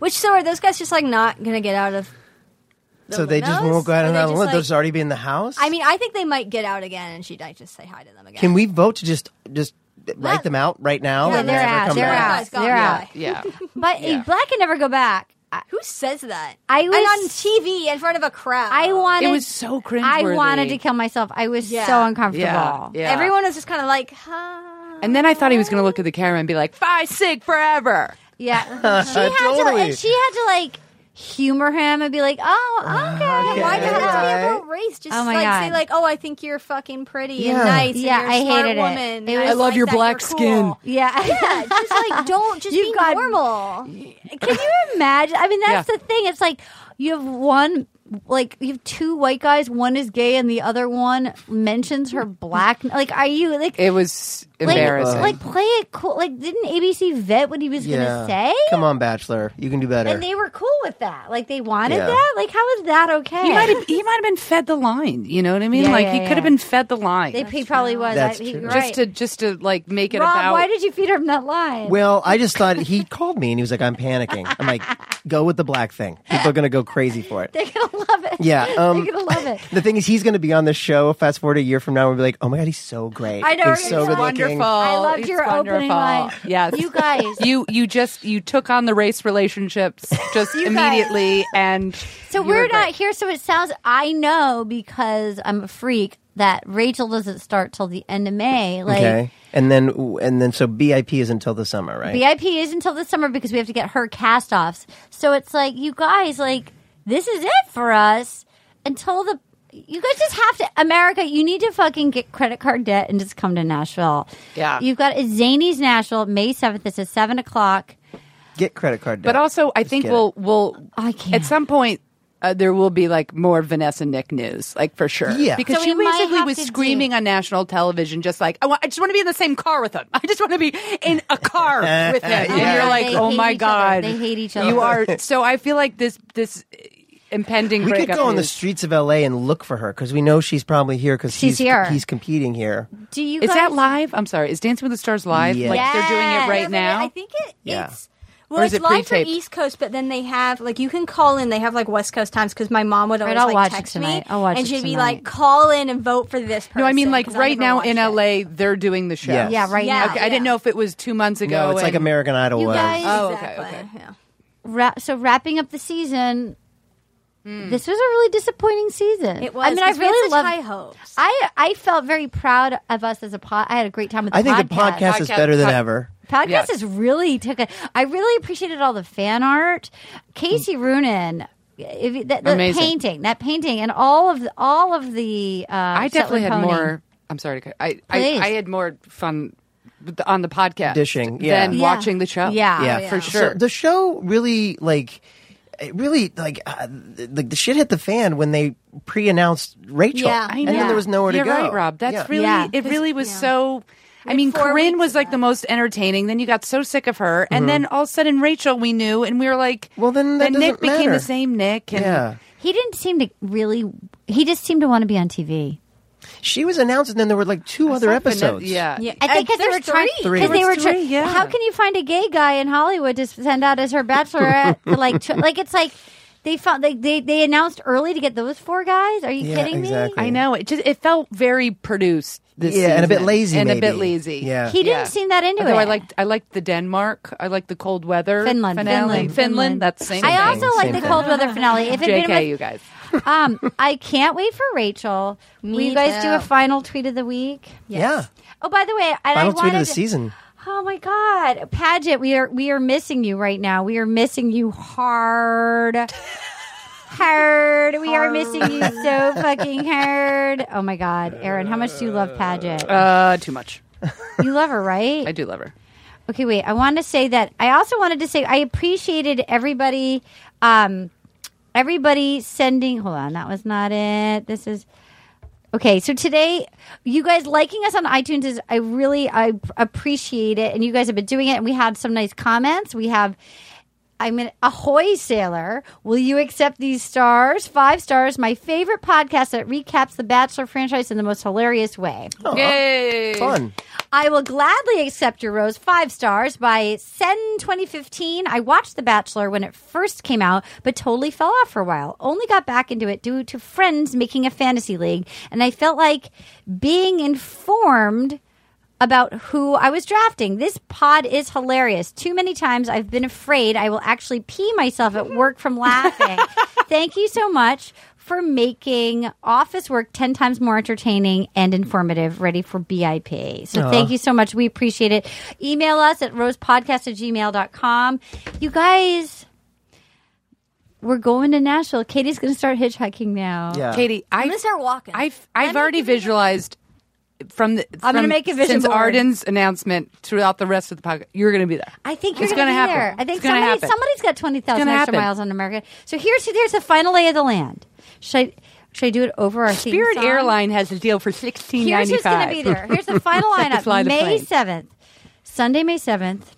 Which so are those guys just like not gonna get out of? The
So they just
windows?
won't go out
Or
and
they're
out.
just
They'll
like-
just already be in the house.
I mean, I think they might get out again, and she might just say hi to them again.
can we vote to just just write
Let-
them out right now?
Yeah,
and
they're
never
out,
come
they're
back?
out.
Guys, gone,
They're
bye.
out.
Yeah.
But
Yeah.
Black can never go back. I,
Who says that?
I was-
and on TV in front of a crowd.
I wanted.
It was so cringeworthy.
I wanted to kill myself. I was
Yeah.
so uncomfortable.
Yeah.
Everyone was just kind of like, huh.
And then I thought he was going to look at the camera and be like, "Five sick forever."
Yeah. she had
Totally.
to. And she had to like humor him and be like, "Oh, okay."
Ah, Okay.
Why did it have to
Yeah.
be about race? Just
Oh my
like
God.
say like, oh, I think you're fucking pretty
Yeah.
and nice.
Yeah,
and
I
you're a smart
hated it.
woman.
It
I
was-
like
I love
that
your
you're
black skin.
cool."
Yeah.
Yeah, just like don't just
You've
be
got-
normal.
Can you imagine? I mean, that's
Yeah.
the thing. It's like you have one, like you have two white guys. One is gay, and the other one mentions her black. Like, are you like?
E-
It was
like,
embarrassing.
like play it cool. Like, didn't ABC vet what he was
Yeah.
gonna say?
Come on, Bachelor, you can do better.
And they were cool with that. Like, they wanted
Yeah.
that. Like, how is that okay?
he might have he might have been fed the line. You know what I mean?
Yeah,
like
yeah,
he
yeah.
could have been fed the line.
They he probably was.
That's
I- he-
true.
you're
Just
right.
just to just to like make it
Rob,
about.
why did you feed him that line?
Well, I just thought he called me and he was like, "I'm panicking." I'm like, "Go with the black thing. People are gonna go crazy for it."
They're gonna love it.
Yeah, um,
they're gonna love it.
The thing is, he's going to be on this show. Fast forward a year from now, we'll be like, "Oh my god, he's so great.
I know,
he's
he's
so good
wonderful.
looking."
I loved
It's
your opening
wonderful.
line.
Yes.
You guys.
You you just you took on the race relationships just immediately and
So
you were
we're not
great.
here. So it sounds I know because I'm a freak that Rachel doesn't start till the end of May. Like
Okay, and then and then so BIP is until the summer, right?
VIP is until the summer because we have to get her cast offs. So it's like you guys, like this is it for us until the. You guys just have to America. You need to fucking get credit card debt and just come to Nashville.
Yeah.
you've got it's Zany's Nashville May seventh. It's at seven o'clock.
Get credit card debt.
But also, I
Just
think
get
we'll
it.
we'll
I can't.
at some point. Uh, there will be like more Vanessa Nick news, like for sure.
Yeah.
because
So
she
we might
basically
have
was
to do-
screaming on national television, just like I, want, I just want to be in the same car with him. I just want to be in a car with him. And
Oh my
you're
God,
like,
they
oh
hate
my
each other.
god,
They hate each
You
other.
are so. I feel like this this impending.
We could
breakup
go on the
is-
streets of LA and look for her because we know she's probably here because
She's
he's
here.
he's competing here.
Do you?
Is
guys,
that live? I'm sorry. Is Dancing with the Stars live?
Yeah.
Like they're doing it right
Whatever it-
now.
I think it,
Yeah.
it's. Well,
Or is
it's
it
live for
pre-taped?
East Coast, but then they have like you can call in. They have like West Coast times because my mom would always
I'll
like
watch it
text me,
tonight. I'll watch
and
it
she'd be
tonight.
like, "Call in and vote for this." person.
no, I mean like
'cause
right
never
now
watched
in
it.
LA, they're doing the show.
Yes.
Yeah, right
Yeah.
now.
Okay, I didn't
Yeah.
know if it was two months ago.
No, it's like
and-
American Idol
You
was.
guys-
Oh, okay,
exactly.
okay.
Yeah.
Wrap, so wrapping up the season. This was a really disappointing season.
Hmm. It was.
I mean, I
'cause we had
really
such
loved.
high hopes.
I I felt very proud of us as a pod. I had a great time with. The
I think the podcast is
Podcast-
better than
pod-
ever.
Podcast
Yeah.
is really took a. I really appreciated all the fan art. Casey Roonan, if, you- that, the
Mm. Amazing.
painting, that painting, and all of the, all of the. Uh,
I definitely had
Shetland pony.
more. I'm sorry. To, cut- I, I
Please.
I had more fun with the- on the podcast
Dishing, yeah.
than
Yeah.
watching the show.
Yeah.
yeah,
for sure.
So the show really like it really like uh, th- like the shit hit the fan when they pre-announced Rachel.
Yeah, I
and then
know.
there was nowhere to
You're
go.
right, Rob. That's
Yeah.
really
Yeah.
it. Really was so. I
had
mean,
four
Corinne
weeks
was
of
like the
that.
most entertaining. Then you got so sick of her, and then all of a sudden Rachel, we knew, and we were like,
Mm-hmm. Well, then that
Nick
doesn't
became
matter.
the same Nick. And
yeah.
He didn't seem to really. He just seemed to want to be on TV.
She was announced, and then there were like two other
Something that-
episodes.
Yeah.
Yeah.
I think because they
there's
were trying.
three.
Because they
There
were
was
trying.
three, yeah.
How can you find a gay guy in Hollywood to send out as her bachelorette? like, tr- like it's like they found they, they they announced early to get those four guys. Are you
Yeah,
kidding
exactly.
me?
I know it just it felt very produced this
Yeah, and a bit
season.
lazy,
and a bit
maybe.
lazy.
Yeah.
He didn't seem that into
Although I
it.
liked I liked the Denmark. I liked the cold weather
Finland,
finale.
Finland, Finland.
That's the same.
I
thing.
also
Same
like the
thing.
cold weather finale. If it had
JK,
been
you guys.
with, um, I can't wait for Rachel. Will
Me
you guys do
too.
a final tweet of the week?
Yeah.
Oh, by the way, I,
Final
I
tweet
wanted
of the season.
Oh my God, Paget, we are we are missing you right now. We are missing you hard, hard. We are missing you so fucking hard. Oh my God, Erin, how much do you love Paget?
Uh, too much.
You love her,
I
right?
do love her.
Okay, wait. I want to say that I also wanted to say I appreciated everybody, um, everybody sending. Hold on, that was not it. This is. Okay, so today, you guys liking us on iTunes is I really I appreciate it, and you guys have been doing it, and we had some nice comments. We have I'm an ahoy sailor. Will you accept these stars? Five stars. My favorite podcast that recaps the Bachelor franchise in the most hilarious way.
Yay!
Fun.
I will gladly accept your rose. Five stars by Sen 2015. I watched The Bachelor when it first came out, but totally fell off for a while. Only got back into it due to friends making a fantasy league, and I felt like being informed about who I was drafting. This pod is hilarious. Too many times I've been afraid I will actually pee myself at work from laughing. Thank you so much for making office work 10 times more entertaining and informative, ready for BIP. So thank you so much. We appreciate it. Email us at rosepodcast at gmail.com. You guys, we're going to Nashville. Katie's going to start hitchhiking now.
Yeah.
Katie, I,
I'm gonna start walking.
I've
I'm
I've
gonna
already
give you-
visualized from the.
I'm gonna
from-
make a vision
since
board.
Arden's announcement throughout the rest of the podcast. You're going to be there.
I think you're
It's
going to
gonna
be
happen.
there. I think
It's gonna
somebody,
happen.
somebody's got twenty thousand
gonna
extra
happen.
miles on America. So here's here's the final lay of the land. Should I should I do it over our theme
Spirit
song?
Airline has a deal for sixteen
Here's
ninety
who's going
five.
to be there. Here's the final
Except to fly
lineup.
the
May
plane.
seventh, Sunday, May seventh.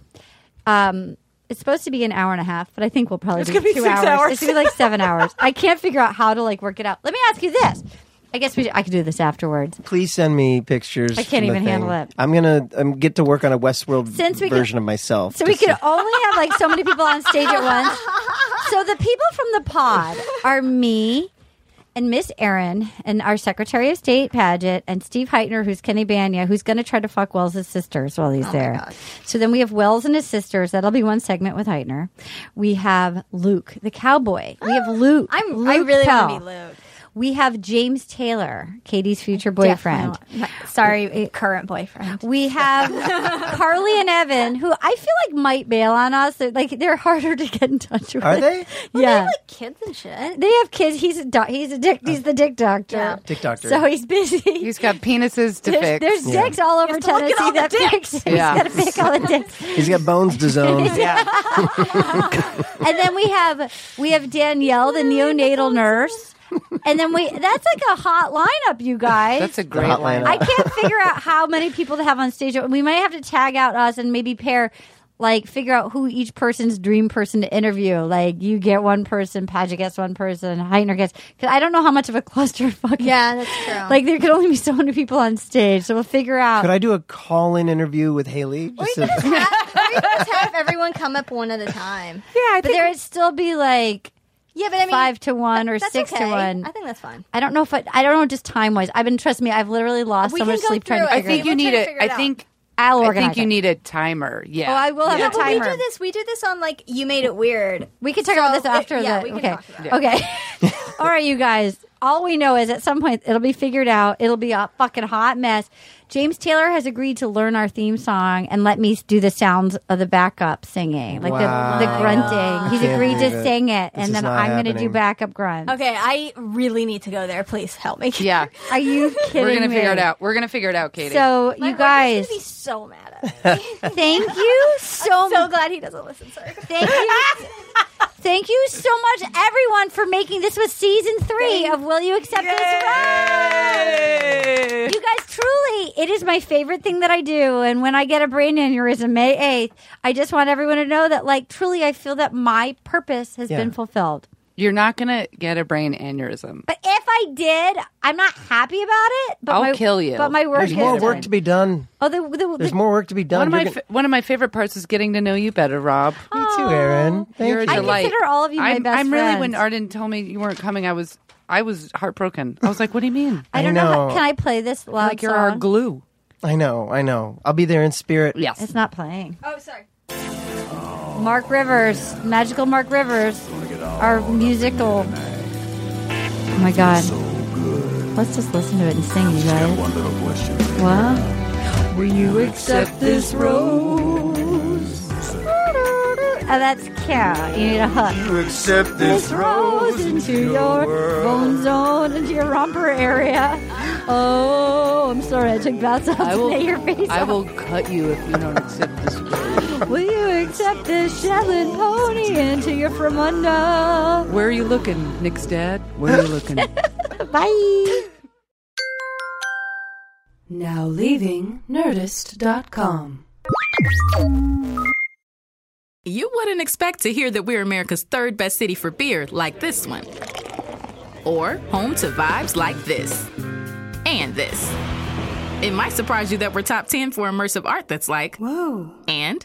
Um, it's supposed to be an hour and a half, but I think we'll probably
It's
do
gonna be
two
six
hours.
hours.
It's going to be like seven hours. I can't figure out how to like work it out. Let me ask you this. I guess we should- I could do this afterwards.
Please send me pictures.
I can't
from the
even
thing.
handle it.
I'm gonna um, get to work on a Westworld
Since we can-
version of myself.
So we
Just-
could only have like so many people on stage at once. So the people from the pod are me and Miss Aaron and our Secretary of State Paget and Steve Heitner, who's Kenny Banya, who's going to try to fuck Wells' sisters while
Oh
he's there. So then we have Wells and his sisters. That'll be one segment with Heitner. We have Luke, the cowboy. We have Luke.
I'm
Luke
I really
Pell.
want to be Luke.
We have James Taylor, Katie's future boyfriend.
Definitely want- my- Sorry, current boyfriend.
We have Carly and Evan, who I feel like might bail on us. They're, like they're harder to get in touch with.
Are they?
Well, they
yeah.
have, like kids and shit.
they have kids. He's a do- he's a dick. He's the dick doctor.
Yeah.
Dick doctor.
So he's busy.
He's got penises to
there's,
fix.
there's
Yeah.
dicks all over
to look at
Tennessee
all the
that
dicks.
fix.
Yeah.
He's got to pick all the dicks.
He's got bones to zone.
yeah.
and then we have we have Danielle, the neonatal nurse. And then we that's like a hot lineup, you guys.
That's a great
hotline.
line.
I can't figure out how many people to have on stage. We might have to tag out us and maybe pair, like, figure out who each person's dream person to interview. Like, you get one person, Padgett gets one person, Heitner gets. Because I don't know how much of a cluster fuck.
Yeah, that's true.
Like, there could only be so many people on stage. So we'll figure out.
Could I do a call-in interview with Haley? Just to-
Let's have everyone come up one at a time.
yeah, I but there would still be like
Yeah, but I mean,
five to one
that-
or
that's
six
okay.
to one.
I think that's fine.
I don't know if I, I don't know just time wise. I've been trust me, I've literally lost
We
so
can
much
go
sleep trying
through
to
it.
I
figure
think
out.
you
We're
need
trying to
it.
figure
I
it out.
think
I'll
I
organize
think you
it.
need a timer. Yeah.
Oh, I will have
No,
a
but we
timer.
do this. We do this on like you made it weird.
We can talk
So,
about this
uh,
after
yeah,
the
we can
okay.
talk about
Okay. All right, you guys. All we know is at some point it'll be figured out. It'll be a fucking hot mess. James Taylor has agreed to learn our theme song and let me do the sounds of the backup singing, like
Wow.
the, the grunting. He's
Can't
agreed
believe
to
it.
sing it,
This
and
is
then
not
I'm going to do
happening.
backup grunt.
Okay, I really need to go there. Please help me.
Yeah.
Are you kidding
We're gonna
me?
figure it out. We're gonna figure it out, Katie.
So
My work
you
is gonna
guys,
be so mad at me.
thank you so
I'm so
much.
glad he doesn't listen. Sorry.
Thank you. Thank you so much, everyone, for making this was season three of Will You Accept This Rose? You guys, truly, it is my favorite thing that I do. And when I get a brain aneurysm May 8th, I just want everyone to know that, like, truly, I feel that my purpose has
Yeah.
been fulfilled.
You're not gonna get a brain aneurysm.
But if I did, I'm not happy about it. But
I'll
my,
kill you.
But my work
There's
is
more work
done.
to be done.
Oh, the, the, the,
There's more work to be
One
done.
of my
You're
fa- one of my favorite parts is getting to know you better, Rob.
gonna- Me too, Aaron. Thank
Oh, You're a
you.
Oh, I
delight.
consider all of you my
I'm,
best
I'm really when
friends.
Arden told me you weren't coming, I was I was heartbroken. I was like, "What do you mean?
I
I
don't know. how,
know.
can I play this loud
like you're our
song?
glue?"
I know. I know. I'll be there in spirit.
Yes.
It's not playing.
Oh, sorry.
Mark Rivers, magical Mark Rivers, our musical. Oh my god! Let's just listen to it and sing, you guys.
One little question.
Wow!
Will you accept this rose?
Oh, that's cute. You need a hook.
You accept
This rose into your bone zone, into your romper area. Oh, I'm sorry, I took baths off
I
to
will.
lay your face.
I
off.
will cut you if you don't accept this rose.
Will you accept this Shetland pony into your Fremunda?
Where are you looking, Nick's dad? Where are you looking?
Bye.
Now leaving Nerdist.com.
You wouldn't expect to hear that we're America's third best city for beer like this one, or home to vibes like this and this. It might surprise you that we're top 10 for immersive art that's like, whoa. And,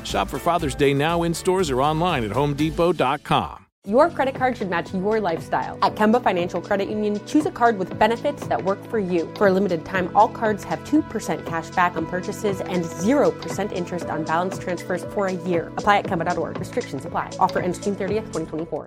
Shop for Father's Day now in stores or online at homedepot.com.
Your credit card should match your lifestyle. At Kemba Financial Credit Union, choose a card with benefits that work for you. For a limited time, all cards have 2% cash back on purchases and 0% interest on balance transfers for a year. Apply at Kemba.org. Restrictions apply. Offer ends June 30th, 2024.